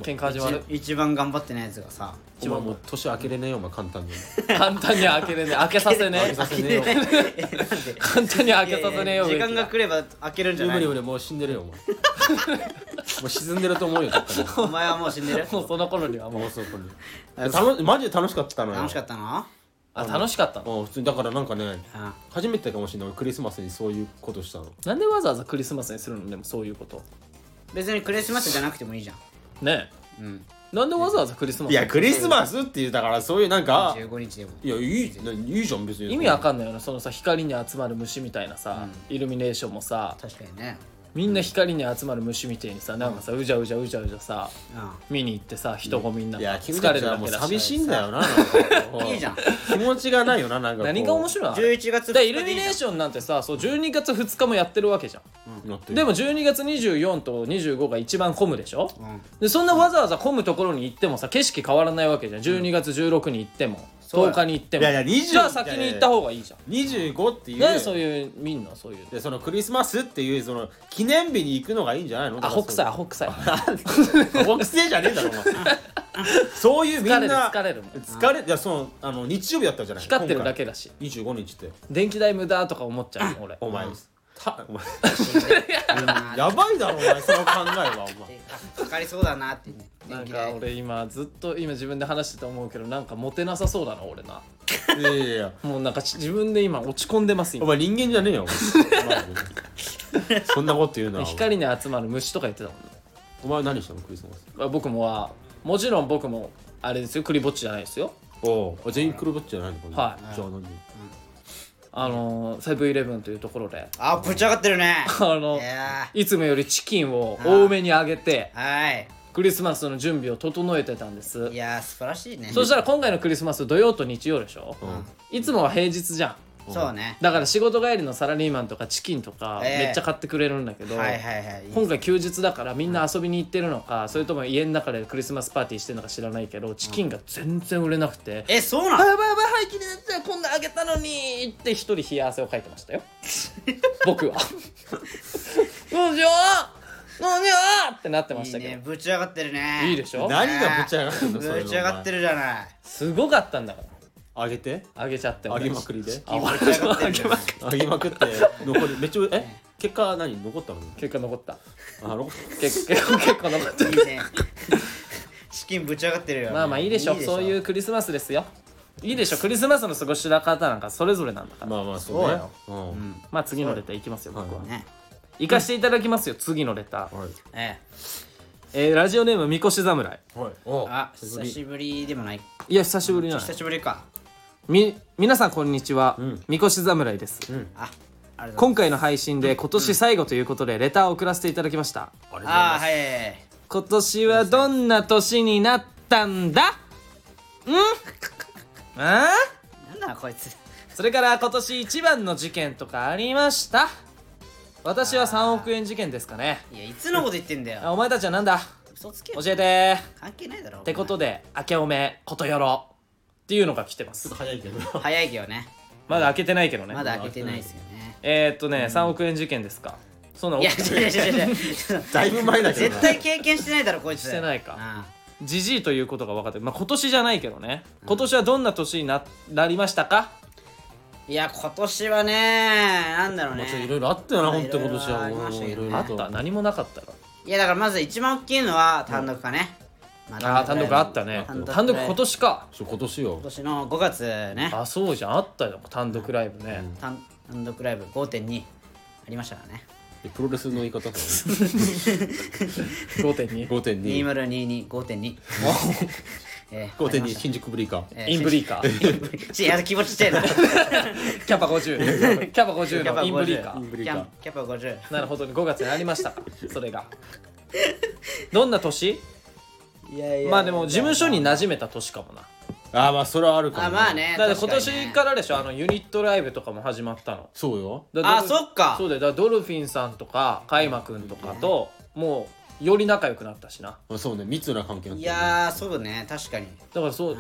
S2: 喧嘩始まる
S1: 一一番頑張ってないやつがさ
S3: お前もう年明けれねえよお前簡単に
S2: 簡単に開けれねえ開けさせね
S1: [laughs]
S3: [laughs] 開けさ
S2: え
S3: せねえよ
S1: えなんで
S2: 簡単に開けさせねえ
S1: いやいや
S2: よ
S1: 時間
S2: 植木
S1: が来れば開けるんじゃな
S3: 無
S1: い
S3: 理無理もう死んでるよお前もう沈んでると思うよどっかに
S1: お前はもう死んでる
S2: もうその頃にはも
S3: も
S2: う
S3: うそこに楽マジで楽しかったのよ
S1: 楽しかったの
S2: あ楽しかったの
S3: うん普通にだからなんかね
S1: うん
S3: 初めてかもしれない俺クリスマスにそういうことしたの
S2: なんでわざわざクリスマスにするのでもそういうこと
S1: 別にクリスマスじゃなくてもいいじゃん
S2: ね
S1: うん
S2: えなんでわざわざクリスマス
S3: いやクリスマスっていうだからそういうなんか
S1: 15日でも
S3: いやいいないいじゃん別に
S2: 意味わかんないよねそのさ光に集まる虫みたいなさ、イルミネーションもさ
S1: 確かにね
S2: みんな光に集まる虫みたいにさなんかさうじゃうじゃうじゃうじゃさ
S1: う
S2: 見に行ってさ人混みになっ
S3: い
S2: て
S3: や
S2: 疲
S3: 君た
S2: れ
S3: ち
S2: る
S3: は
S2: だ
S3: もう
S2: けだし
S3: 寂しいんだよななんか
S1: ん [laughs] いいじゃ
S2: [laughs]
S1: ん
S3: 気持ちがないよななんかこう
S2: 何が面白いの
S1: 11月
S2: だからイルミネーションなんてさそう12月2日もやってるわけじゃん
S3: なってる
S2: でも12月24と25が一番混むでしょ、
S1: ん
S2: でそんなわざわざ混むところに行ってもさ景色変わらないわけじゃん12月16に行っても
S1: そうや
S2: 10日に行っても
S3: いやいや20
S2: じゃあ先に行った方がいいじゃん
S3: 25っていう
S2: なんでそういうみんなそういう
S3: でそのクリスマスっていうその記念日に行くのがいいんじゃないの
S2: アホ臭いア
S3: ア
S2: ホ [laughs] 臭い
S3: ホくせえじゃねえだろお前 [laughs] そういうみんな
S2: 疲れる疲れるもん
S3: 疲れいやそのあの日曜日だったじゃない
S2: 光ってるだけだし
S3: 今回25日って
S2: 電気代無駄とか思っちゃうの俺
S3: お前たお前
S1: ョン
S3: やばいだろお前その考えはお前
S1: かかりそうだなって
S2: な
S1: 電
S2: ん
S1: 気
S2: か
S1: 代
S2: 俺今ずっと今自分で話してて思うけどなんかモテなさそうだな俺ない [laughs]
S3: やいやいや
S2: もうなんかし自分で今落ち込んでます
S3: お
S2: 今
S3: 前人間じゃねえよお前マジ [laughs] でそんなこと言うなお前
S2: 光に集まる虫とか言ってたもんね
S3: お前何したのクリスマス
S2: まあ僕もはもちろん僕もあれですよクリぼっちじゃないですよ
S3: おう全員黒ぼっちじゃないのこれ
S2: はい
S3: じゃあ何
S2: あのーセブンイレブンというところで
S1: あぶち上がってる
S2: [laughs]
S1: ね
S2: あの
S1: いや
S2: いつもよりチキンを多めにあげて
S1: ーはい
S2: クリスマスの準備を整えてたんです
S1: いやー素晴らしいね
S2: そしたら今回のクリスマス土曜と日曜でしょ、
S3: ん
S2: いつもは平日じゃん
S1: そうね
S2: だから仕事帰りのサラリーマンとかチキンとか
S1: ええ
S2: めっちゃ買ってくれるんだけど、
S1: はいはいはい
S2: 今回休日だからみんな遊びに行ってるのかそれとも家の中でクリスマスパーティーしてるのか知らないけどチキンが全然売れなくて
S1: えそう
S2: 「あ
S1: なの
S2: やばいやばい廃棄になっちゃうこんなあげたのに」って一人冷や汗をかいてましたよ僕は「どうしようどうしよう!」ってなってま
S1: い
S2: し
S1: い
S2: たけどいい,、
S1: ねぶち上がってるね
S2: でしょ
S3: 何がぶち上がってん
S1: ぶ
S3: のそれ
S1: ち上がってるじゃない
S2: すごかったんだか
S3: お前上げて
S2: らあげちゃって
S3: 上げまくりで
S2: あ
S1: ぶち上がってるじゃない
S3: 上げまく
S2: [laughs]
S3: って残りめっちゃえ結果何残ったの
S2: 結果残った
S3: あ残っ
S2: 結結構結構残った
S1: いいね資金ぶち上がってるよ
S2: まあまあいいでしょそういうクリスマスですよいいでしょクリスマスの過ごし方なんかそれぞれなんだか
S3: た
S2: ら、
S3: まあまあそうねうん
S2: まあ次のレターいきますよ僕は、
S3: は
S1: ね
S2: 行かしていただきますよ次のレター、
S3: はい
S1: え
S2: えーラジオネームみこし侍
S3: はいお
S1: えあ久しぶりでもない
S2: いや久しぶりなの
S1: 久しぶりか
S2: み皆さんこんにちは、
S3: ん
S2: みこし侍です、
S1: ああれだ
S2: 今回の配信で今年最後ということでレターを送らせていただきました
S3: ありがとうござい
S1: あ
S3: ま
S1: ーはい
S2: 今今年はどんな年になったんだんあ
S1: なんなのこいつ
S2: それから今年一番の事件とかありました私は3億円事件ですかね
S1: いやいつのこと言ってんだ
S2: あ
S1: よ
S2: お前たちはなんだ
S1: 嘘つけ
S2: 教えて
S1: 関係ないだろ
S2: ってこと
S1: で
S2: で明けおめことよろっていうのが来てま
S3: ちょっ
S2: す
S3: と早いけど
S1: 早いけどね
S2: まだ開けてないけどね
S1: まだ開けてないですよね
S2: えー、っとね、3億円事件ですかそんない
S1: や違う違う違う違
S2: [laughs]
S1: う
S3: だいぶ前だけど
S1: 絶対経験してないだろこいつ
S2: してないか
S1: あ
S2: じじいということが分かってまあ今年じゃないけどね今年はどんな年にななりましたか
S1: あいや今年はねなんだろう
S3: [laughs] まあちょっとい
S1: ね
S3: ろいろあったよな
S1: まあ
S3: 本当今年は
S1: 色々ありましたけどね
S3: もう色々
S2: あった何もなかったら
S1: いやだからまず一番大きいのは単独かねま
S2: あー単独あったね
S1: 単独
S2: 単独今年か
S3: ちょ今年よ
S1: 今年の5月ね
S2: あそうじゃんあったよ単独ライブね、
S1: 単単独ライブ5.2ありましたからね
S3: プロレスの言い方か [laughs]
S2: 5.2 [laughs]
S3: 5.2
S1: 2022.5.2えー
S3: 5.2新宿ブリーカー
S1: えー
S2: インブリーカ
S1: [laughs]
S2: ー
S1: ちいや気持ちしてえなキ
S2: キャパ50キャパ50のインブリーカー
S3: インブリーカー
S1: ャンキャパ50
S2: なるほどね5月になりましたかそれがどんな年
S1: いやい
S2: まあでも事務所に馴染めた年かもな
S3: ああまあそれはあるかも
S1: あまあね
S2: だって今年かららでしょあのユニットライブとかも始まったの
S3: そうよ
S2: だ
S1: あ
S2: ドル
S1: そっか
S2: そうだよだからドルフィンさんとか開幕くんとかともうより仲良くなったしな
S3: あそうね密な関係に
S1: い
S3: なったよね
S1: やーそうね確かに
S2: だからそう、
S1: ん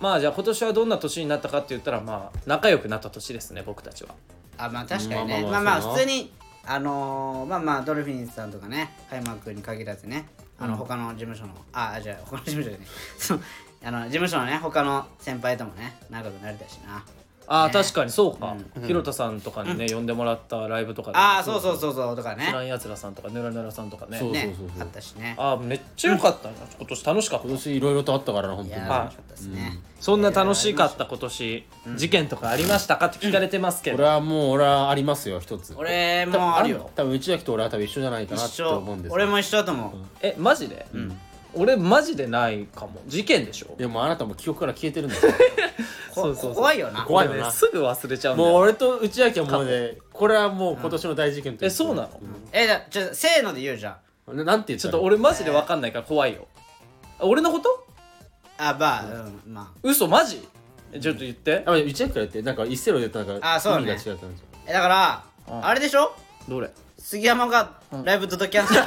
S2: まあじゃあ今年はどんな年になったかって言ったらまあ仲良くなった年ですね僕たちは
S1: あまあ確かにねま
S3: ま
S1: あまあ
S3: あまあまあ
S1: 普通にあのーまあまあドルフィンさんとかね開幕に限らずねあの他の事務所のあじゃあ他の事務所でね [laughs] そのあの事務所のね他の先輩ともね仲良くなれたしな
S2: ああ、確かにそうか、ひろたさんとかにね、呼んでもらったライブとかで
S1: ああそうそうそうそうとか
S2: 知ら
S1: ね
S2: んやつらさんとかぬらぬらさんとかね
S3: そう
S1: ね
S3: そうそう
S1: あったしね
S2: ああめっちゃ良かったな、今年楽しかった
S3: 今年いろいろとあったからな本
S1: い
S3: 当
S1: や
S3: に
S1: ー
S2: はい
S1: 楽しかったですね
S2: そんな楽しかった今年、事件とかありましたかって聞かれてますけど、
S3: 俺はもう俺はありますよ一つ
S1: 俺もあるよ
S3: 多分内垣と俺は多分一緒じゃないかな
S1: 一
S3: って思うん
S1: 緒
S3: です
S1: 俺も一緒だと思う
S2: えマジで、俺マジでないかも事件でしょ
S3: でもうあなたも記憶から消えてるん
S1: [laughs]
S3: だよ
S2: そうそうそう
S1: 怖いよな
S3: 怖いよ
S2: 俺
S3: な
S2: ねすぐ忘れちゃうんだ
S3: もう
S2: よ
S3: 俺と内垣はもうねこれはもう今年の大事件とい
S2: えそうなの、
S1: えじゃあちょせーので言うじゃん
S3: ななんて言っ
S2: ち
S3: た
S2: ょっ
S3: の
S2: と俺マジで分かんないから怖いよあ俺のこと
S1: あまあうんまあ
S2: 嘘マジえちょっと言って、
S3: あ内垣から言ってなんか一世路で言ったなんか
S1: あそうね
S3: 意味が違ったんですよ
S1: えだから
S2: うん
S1: あれでしょ
S2: どれ
S1: 杉山がライブドドキャンした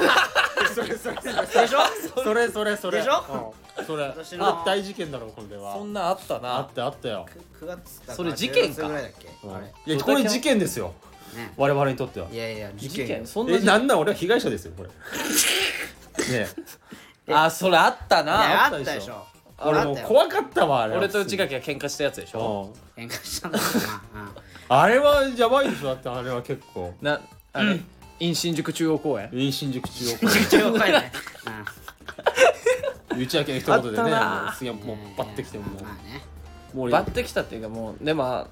S1: でしょ
S3: それそれそれ
S1: でしょ
S3: うんそれ
S1: 私の
S3: あ大事件だろこれは
S2: そんなあった
S3: あ
S2: な
S3: ったあったよ
S1: 9月だから
S2: それ事件
S1: 10
S2: か
S1: 月ぐらいだっけ
S3: うん
S1: あれ
S3: いやこれ事件ですよ
S1: ね
S3: 我々にとってはい
S1: やいや事
S2: 事
S1: 件
S2: 件そんな
S3: え
S2: 事件
S3: なんなん俺は被害者ですよこれねえ
S2: あそれあった
S1: いや
S2: な
S1: あったでしょ
S3: 俺もう怖かったわあれ
S2: 俺と内垣が喧嘩したやつでしょ
S3: うん
S1: 喧嘩したんだけどな
S3: あれはやばいでしょだってあれは結構
S2: なあれ、in 新宿中央公園
S3: イン新宿中央
S1: [laughs]
S3: 区
S1: めっちゃ怖いね
S3: 打ち明けの一言
S2: あ
S3: でね
S2: ったな
S3: もうすげえもうバッてきても
S1: うんまあね
S3: うもう
S2: バッてきたっていうかもうでも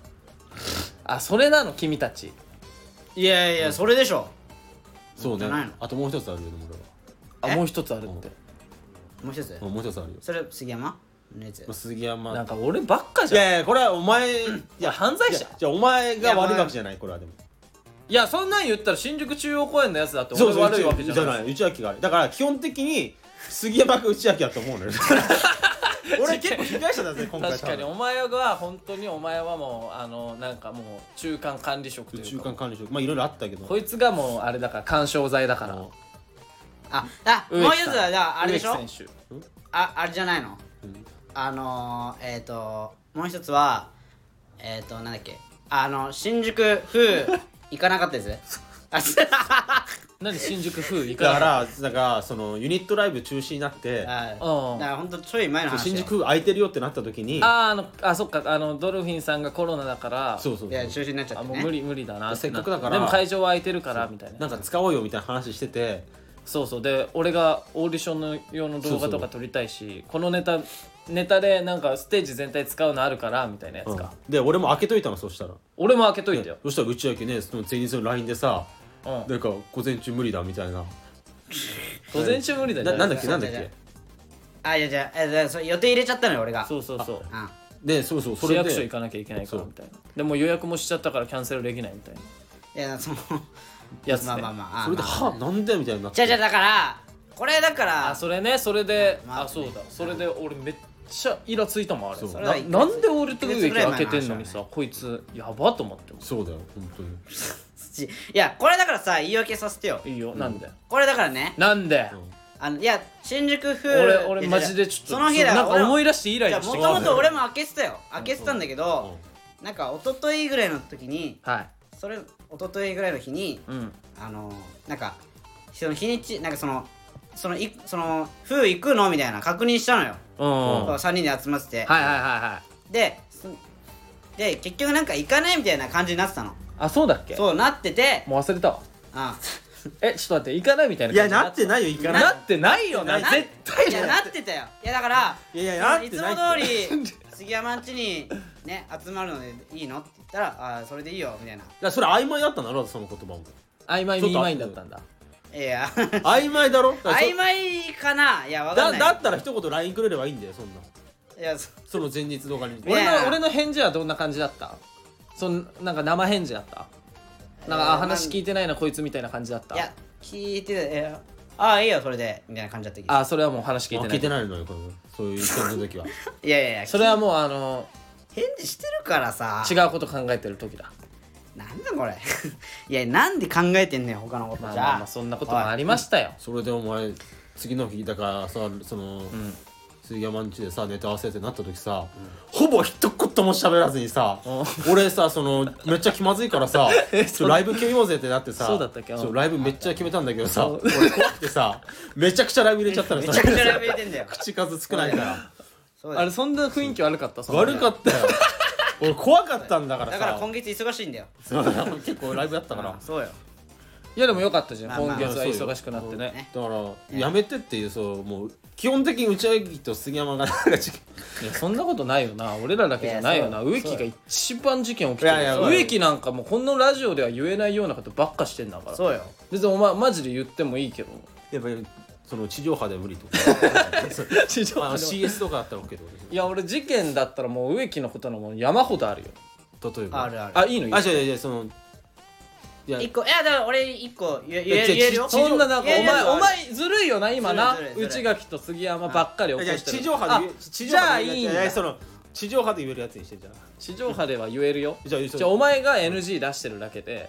S2: あそれなの君たち
S1: いやいやそれでしょ
S3: そう
S1: じ
S3: ね
S1: ゃないの
S3: あともう一つあるよでも
S2: あもう一つあるって
S1: もう一つ
S3: 俺はもう一つあるよ
S1: それ杉山のやつ
S3: まあ杉山
S2: なんか俺ばっか
S3: い
S2: じゃんい
S3: やいやこれはお
S2: [clears throat]
S3: 前い
S2: や犯罪
S3: や
S2: 者
S3: じゃあお前が悪いわけじゃないこれはでも
S2: いやそんなん言ったら新宿中央公園のやつだって俺悪いわけじゃない
S3: 内訳があるだから基本的に杉山君内訳だと思うの
S2: [laughs]
S3: よ俺結構被害者だぜ今回
S2: 確かにお前は本当にお前はもうあのなんかもう中間管理職と
S3: 多分
S2: い
S3: 中
S2: うか
S3: 間管理職まあいろいろあったけど
S2: こいつがもうあれだから干渉剤だから
S3: うん
S1: ああもう
S2: 植木
S1: 一つ
S2: さん
S1: はじゃああれでしょ
S2: 植木選手
S1: ああれじゃないの
S3: うん
S1: あのー、えっ、ー、ともう一つはえっ、ー、となんだっけあの新宿風行かなかった
S2: [laughs]
S1: ですあす
S2: 何新宿風行
S3: だ
S2: か
S3: か
S2: ない
S3: らだからそのユニットライブ中止になって
S1: あだ
S2: うん
S1: からほんとちょい前の話よ
S3: 新宿空いてるよってなった時に
S2: あーあのあそっかあのドルフィンさんがコロナだから
S3: そうそう
S1: いや
S3: そう
S1: 中止になっちゃ
S2: あ
S1: って
S2: もう
S1: ね
S2: 無理無理だなってな
S3: せっかくだから
S2: でも会場は空いてるからみたいな
S3: なんか使おうよみたいな話してて
S2: そうそうで俺がオーディションの用の動画と
S3: そうそ
S2: か
S3: う
S2: 撮りたいしこのネタネタでなんかステージ全体使うのあるからみたいなやつか、
S3: で俺も開けといたのそしたら
S2: 俺も開けといてよ、
S3: そしたら内訳ねその前日の LINE でさ
S2: うん、
S3: なんか午前中無理だみたいな
S2: 午前中無理だ
S3: な
S2: よ
S3: なんだっけなんだ
S1: そ
S3: っ
S1: うだ
S3: け
S1: ねあいやじゃあえだそう予定入れちゃったのよ俺が
S2: そうそうそう
S1: あ
S3: でそうそうそ
S2: 市
S3: れ
S2: 役所行
S3: で
S2: かなきゃいけないから
S3: そう
S2: みたいなでもう予約もしちゃったからキャンセルできないみたいない
S1: やその
S2: やつね、
S1: まあまあまあ
S3: それではなんでみたいになっ
S1: じゃ
S3: て
S1: あじゃあだからこれだから
S2: あそれねそれで、
S1: まあ
S2: あそうだそれで俺めっちゃイラついたもんあれ
S3: そう
S2: さ
S3: そ
S1: れは
S2: な
S1: 一ヶ月
S2: なんで俺と植木開けてんのに
S1: 一ヶ月ぐらい前の話だ
S2: さこいつやばと思ってま
S3: そうだよ本当に
S1: 土いやこれだからさ言い訳させてよ
S2: すいいよ、なんで
S1: これだからね
S2: なんで、
S1: あのいや新宿風
S2: 俺俺マジでちょっと
S1: その日だ
S2: なんか
S1: 俺
S2: 思い出してイライ
S1: じゃ
S2: ラ
S1: あ
S2: し
S1: も
S2: て
S1: と
S2: き
S1: も
S2: た
S1: と俺も開けてたよ開けてたんだけ
S3: う
S1: どなんか一昨日ぐらいの時に
S2: はい
S1: それ一昨日ぐらいの日に
S2: うん
S1: あのなんかその日にちなんかそのそのいその風行くのみたいな確認したのよ、
S2: うん
S1: こう
S2: はい
S1: 3人で集まってて、
S2: はいはいはい
S1: でそで結局なんか行かないみたいな感じになってたの
S2: あそうだっけ
S1: そうなってて
S2: もう忘れたわ
S1: あ
S2: えちょっと待って行かないみたいない
S3: やなってないいよ行かない
S2: なってないよな
S1: な
S2: 絶対
S1: いやなってたよいやだから
S3: いやいやなって
S1: つ
S3: ない
S1: も
S3: って
S1: 通り杉山ん家にね集まるのでいいのって言ったらあーそれでいいよみたいな
S3: だからそれ曖昧だったんだろその言葉も
S2: 曖昧に曖昧だったんだ
S1: い
S2: [laughs]
S1: や
S3: 曖昧だろだからそ
S1: 曖昧かないやわかん
S3: だ
S1: ない
S3: だったら一言 LINE くれればいいんだよそんない
S1: やそ
S3: その前日動画
S1: い
S3: に
S1: や
S2: 俺
S1: いや
S2: の俺の返事はどんな感じだったそんなんか生返事だったなんかあ
S1: えー
S2: 話聞いてないなこいつみたいな感じだった
S1: いや聞いてたえーああいいよそれでみたいな感じだったけど
S2: あそれはもう話聞いてな
S3: 聞
S2: い
S3: いてないのよこのそういう人の時は
S1: いやいやいや
S2: それはもうあの
S1: 返事してるからさ
S2: 違うこと考えてる時だ
S1: なんだこれ [laughs] いやなんで考えてんねん他のこと
S2: まあ
S1: じ
S2: ま
S1: ゃ
S2: あ
S1: あ
S2: まあそんなこともありましたよ
S3: それでお前次の日だからさその、
S2: ん
S3: 杉山んちでさネタ合わせってなった時さ、ほぼ一言も喋らずにさ、俺さそのめっちゃ気まずいか
S2: [laughs]
S3: らさちょライブ決めようぜってなってさ
S2: そうだったっけうん
S3: そうライブめっちゃ決めたんだけどさ
S2: そう
S3: 俺怖くてさめちゃくちゃライブ入れちゃったの
S1: め
S3: さ
S2: [laughs]
S1: ちゃくちゃライブ入れてんだよ
S3: 口数少ないから
S1: そうだ
S2: あれ
S1: よ
S2: そんな雰囲気悪かったその
S3: 悪かったよ俺怖かったんだから
S1: だ
S3: さ
S1: から今月忙しいんだよ
S3: そうだよ結構ライブやったから
S1: あそうよ
S2: いやでもよかったじゃん
S1: まあまあ
S2: 今月は忙しくなってね
S3: だからやめてっていうそうもう基本的に内訳と杉山がなんか違う
S2: いやそんなことないよな俺らだけじゃないよない
S1: やそう
S2: 植木が一番事件起きてる
S3: いやいや
S2: 植木なんかもうこのラジオでは言えないようなことばっかしてんだから
S1: そうよ
S2: 別にお前マジで言ってもいいけど
S3: やっぱりその地上波では無理とか [laughs]
S2: 地上
S3: ま
S2: 波
S3: あ
S2: でも
S3: CS とかだったら OK ってこと
S2: いや俺事件だったらもう植木のことのもう山ほどあるよ
S3: でしょ例えば
S1: あるある
S2: あいいのいいの
S3: あ違う違う違うそのいや
S1: 一個いやだから俺一個言え言え
S3: いや
S1: 言えるよ
S3: ち地上
S2: そんななんか
S1: いや
S2: お
S1: いや
S2: 前
S1: いや
S2: お前ずるいよな今な
S1: ずるいずるいず
S2: 内
S1: る
S2: 垣と杉山ばっかり起こ
S3: いや
S2: してる
S3: 地上波で言う
S2: あ
S3: 地
S2: じ
S3: 上
S2: ゃあ
S3: 波で
S2: い
S3: 言う
S2: いん
S3: や
S2: だ
S3: やその地上波で言えるやつにしてんじゃん
S2: 地上波では言えるよ
S3: じゃあ
S2: じゃあお前が NG 出してるだけで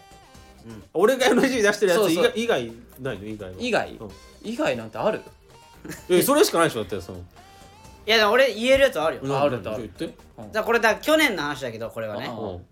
S3: 俺が NG 出してるや
S2: そう
S3: つ以
S2: そう
S3: 外以外ないの以外は
S2: 以外
S3: うん
S2: 以外なんてある
S3: えそれしかないでしょだってその
S1: いやでも俺言えるやつあるよ、
S2: う
S1: だか
S2: あるとあ
S3: じゃ
S2: る
S3: 言って
S1: らこれだ去年の話だけどこれはね
S2: ああ
S3: うん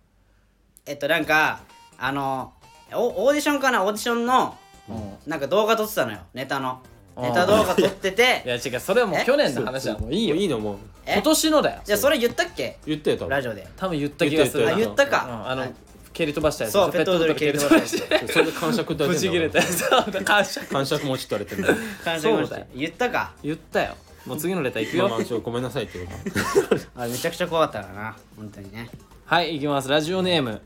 S1: えっとなんかあのおオーディションかなオーディションの
S2: うん
S1: なんか動画撮ってたのよネタの
S2: あー
S1: ネタ動画撮って
S2: [laughs] い
S1: て
S2: や違うそれはもう
S1: え
S2: 去年の話はもういい
S3: い
S2: よ
S3: いのもう
S1: え
S2: 今年のだよ
S1: じゃあそれ言ったっけ
S3: 言ってよ多分
S1: ラジオで
S2: 多分言った気がする
S1: あ
S2: な
S1: 言った
S2: うん
S1: か、
S2: あ
S1: は
S2: の
S1: い
S2: 蹴り飛ばしたやつ
S1: そうペットボトル蹴り飛ばした
S2: たや
S3: それで感触
S2: つぶち切れたやつ [laughs] そうだ感謝
S3: 感触もちょっとあれてるんだよ
S1: 感謝しまし
S2: そうだ
S1: た
S2: よ
S1: 言ったか
S2: 言ったよもう次のレターいく
S3: まあ [laughs]
S2: よ
S3: まあちょっとごめんなさいっていうか
S1: あめちゃくちゃ怖かったからな本当にね
S2: はい、いきます。ラジオネーム。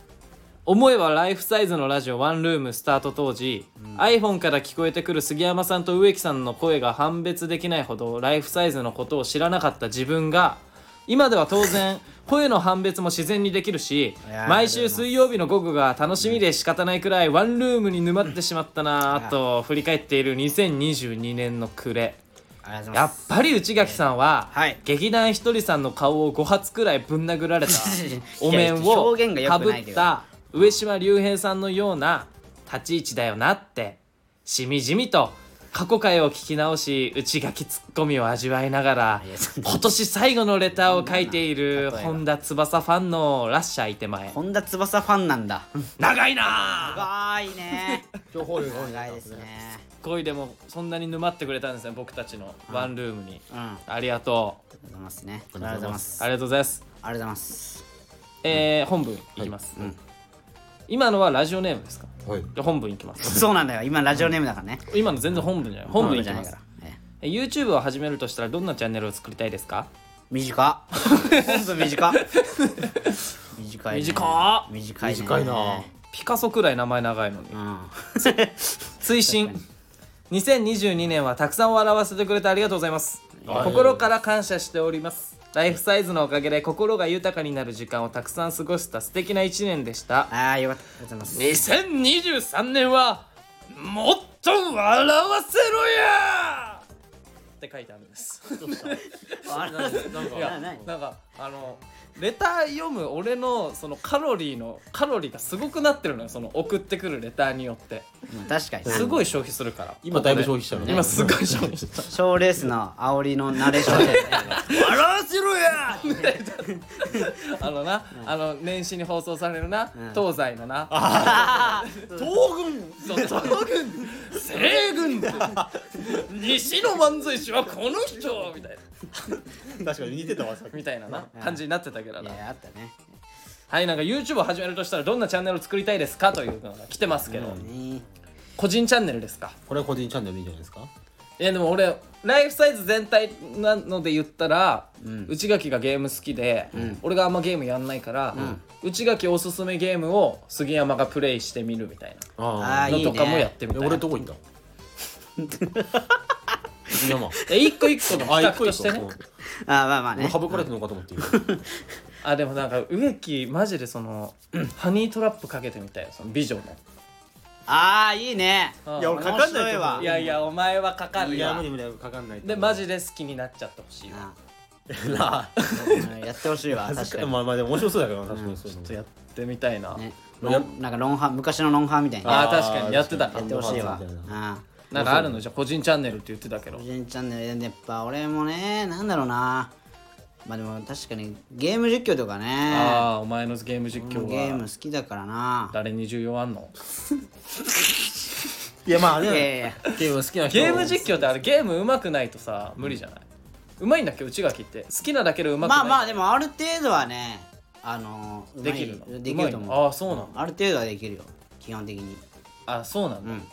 S2: 思えばライフサイズのラジオワンルームスタート当時、iPhone から聞こえてくる杉山さんと植木さんの声が判別できないほどライフサイズのことを知らなかった自分が今では当然
S1: [laughs]
S2: 声の判別も自然にできるし
S1: いやー
S2: 毎週水曜日の午後が楽しみで仕方ないくらいワンルームに沼ってしまったなぁと振り返っている2022年の暮れ。
S1: ありがとうござい
S2: や
S1: ま
S2: っ
S1: す
S2: ぱり内垣さんは、
S1: はい
S2: 劇団ひとりさんの顔を5発くらいぶん殴
S1: [laughs]
S2: られたお面を
S1: 表現が良
S2: か
S1: く
S2: ぶ
S1: ない
S2: っ
S1: けど
S2: た上島竜兵さんのような立ち位置だよなってしみじみと過去回を聞き直し内垣ツッコミを味わいながら
S1: いやそんな
S2: 今年最後のレターを書いている
S1: 例えば
S2: 本田翼ファンのラッシャーいて前
S1: 本田翼ファンなんだ
S2: 長いなあ
S1: 長いね
S3: 情 [laughs] 報量が
S1: 長いですね
S2: 恋でもそんなに沼ってくれたんですね僕たちのワンルームに
S1: うんあ
S2: ありがとう
S1: りがとうございますねあり
S3: あり
S1: が
S3: が
S1: と
S3: と
S1: う
S3: う
S1: ございま
S3: ございます
S2: ありがとうございます
S1: ありがとうございます
S2: えー、本文いきます、
S1: ん
S2: 今のはラジオネームですか
S3: はい
S2: じゃあ本文いきます
S1: そうなんだよ今ラジオネームだからね
S2: 今の全然本文じゃない本文いき
S1: じゃな
S2: ま
S1: いか
S2: す
S1: らええ
S2: え YouTube を始めるとしたらどんなチャンネルを作りたいですか
S1: 短っ本当短っ短いね
S2: 短っ
S1: 短いね
S3: 短いな
S2: ピカソくらい名前長いのに
S1: うん
S2: 追伸2022年はたくさん笑わせてくれてありがとうございます
S3: はい
S2: 心から感謝しておりますライフサイズのおかげで心が豊かになる時間をたくさん過ごした素敵な1年でした
S1: ああよかったありがとうございます
S2: 2023年はもっと笑わせろやって書いてあるんです
S3: どうした
S1: あ
S3: なんかなん
S2: い
S3: か
S2: や
S1: なない
S2: なんかあのレター読む俺のそのカロリーのカロリーがすごくなってるのよその送ってくるレターによって
S1: まあ確かにな
S2: すごい消費するから
S3: 今だいぶ消費したよね
S2: 今すごい消費した
S1: 賞レースの煽りのナレーション
S3: [laughs]
S1: で
S2: 笑わせろやあのな、あの年始に放送されるな、
S1: ん
S2: 東西のな
S3: 東軍
S2: そう東軍西軍西の漫才師はこの人みたいな
S3: 確かに似てたわさっき
S2: みたいなな感じになってたけど
S1: い
S2: な
S1: やあったね
S2: はいなんか YouTube を始めるとしたらどんなチャンネルを作りたいですかというのが来てますけど、
S1: ね
S2: 個人チャンネルですか
S3: これは個人チャンネルでいいんじゃないですか
S2: いやでも俺ライフサイズ全体なので言ったら、
S1: うん
S2: 内垣がゲーム好きで、俺があんまゲームやんないから、内垣おすすめゲームを杉山がプレイしてみるみたい
S1: あ
S2: な
S1: ーいい
S2: の
S1: ね
S2: とかもやってみ
S3: え
S2: たい
S3: 俺どこ行った杉山
S2: え一個一個の企
S3: あ一
S2: 画
S3: 個
S2: と
S3: 一
S2: し
S3: 個
S2: てね
S1: あまあまあ
S3: 俺
S1: ね
S3: 省かれてるのかと思って今
S2: あでもなんか植木マジでその [clears throat] ハニートラップかけてみたいよその美女
S1: ああいいね
S2: の
S3: いや俺かかんないと思う
S1: 面白
S2: う
S1: わ
S2: んいやいやお前はかかる
S3: い
S2: よ
S3: や無理無理かかんない
S2: でマジで好きになっちゃってほしいよ
S1: あ
S3: なあ
S1: うんやってほしいわ確
S3: 確
S1: か
S3: か
S1: に
S3: にまあまあでも面白そうだけどな確かにそういう
S2: ちょっ
S3: の
S2: とやってみたいな、
S1: ねロンなんかロンハー昔のロンハーみたいに
S2: あ
S1: や
S2: ー確かにやってた
S3: 確かに
S1: ってほしいわ
S3: ロンハーズみたいな
S1: ああ
S2: なんかあるのじゃあ個人チャンネルって言ってたけど
S1: 個人チャンネルでやっぱ俺もねなんだろうなまあでも確かにゲーム実況とかね
S2: ああお前のゲーム実
S1: ゲ
S2: 況
S1: ーム
S2: は
S1: 好きだからな
S2: 誰に重要あんの
S3: いやまあ
S1: いやいやい
S3: ね
S1: や
S3: ゲーム好きな人
S2: ゲーム実況ってあれゲームうまくないとさ無理じゃない上手いんだっけ内垣って好きなだけでうまくない
S1: まあまあでもある程度はねあのうま
S2: で
S1: い
S2: きるの
S1: できると
S2: まいの
S1: 思う
S2: ああそうなの
S1: ある程度はできるよ基本的に [laughs]
S2: あそうなんだ、
S1: うん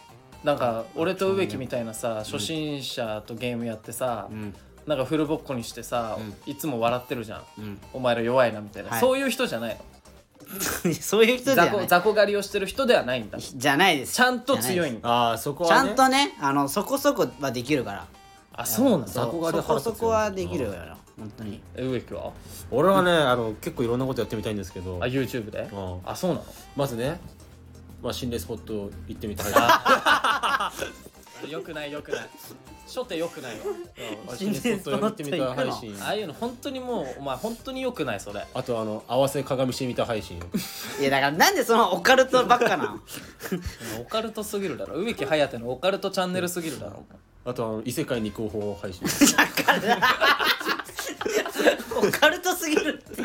S2: なんか俺と植木みたいなさ初心者とゲームやってさ、
S1: うん
S2: なんかフルボッコにしてさ、いつも笑ってるじゃん、
S1: うん
S2: お前ら弱いなみたいな、
S1: はい
S2: そういう人じゃないの
S1: そういう人じゃな
S2: 雑魚
S1: い
S2: 雑魚狩りをしてる人ではないんだち
S1: じゃないです
S2: ゃんと強いんだ
S3: ああそこ
S1: ちゃ
S3: は
S1: ん
S3: ね
S1: とねあのそこそこはできるから
S2: あそうなんだ
S3: 雑魚狩り
S1: そ
S3: は腹
S1: こ
S3: 立つよ
S1: そこはできるよ本当に
S2: 植木は
S3: 俺はねあの結構いろんなことやってみたいんですけど
S2: あ YouTube で、
S3: うん
S2: あそうなの
S3: まずねまあ心霊スポット行ってみたいな
S2: よくないよくない初手よくないよ
S3: 心霊スポット行ってみたい配信
S2: ああいうの本当にもうお前本当によくないそれ
S3: あとあの合わせ鏡してみた配信
S1: いやだからなんでそのオカルトばっかなの
S2: オカルトすぎるだろ植木颯のオカルトチャンネルすぎるだろ
S3: あとあの異世界に行く方法配 [laughs] 信
S1: [laughs] オカルトすぎるって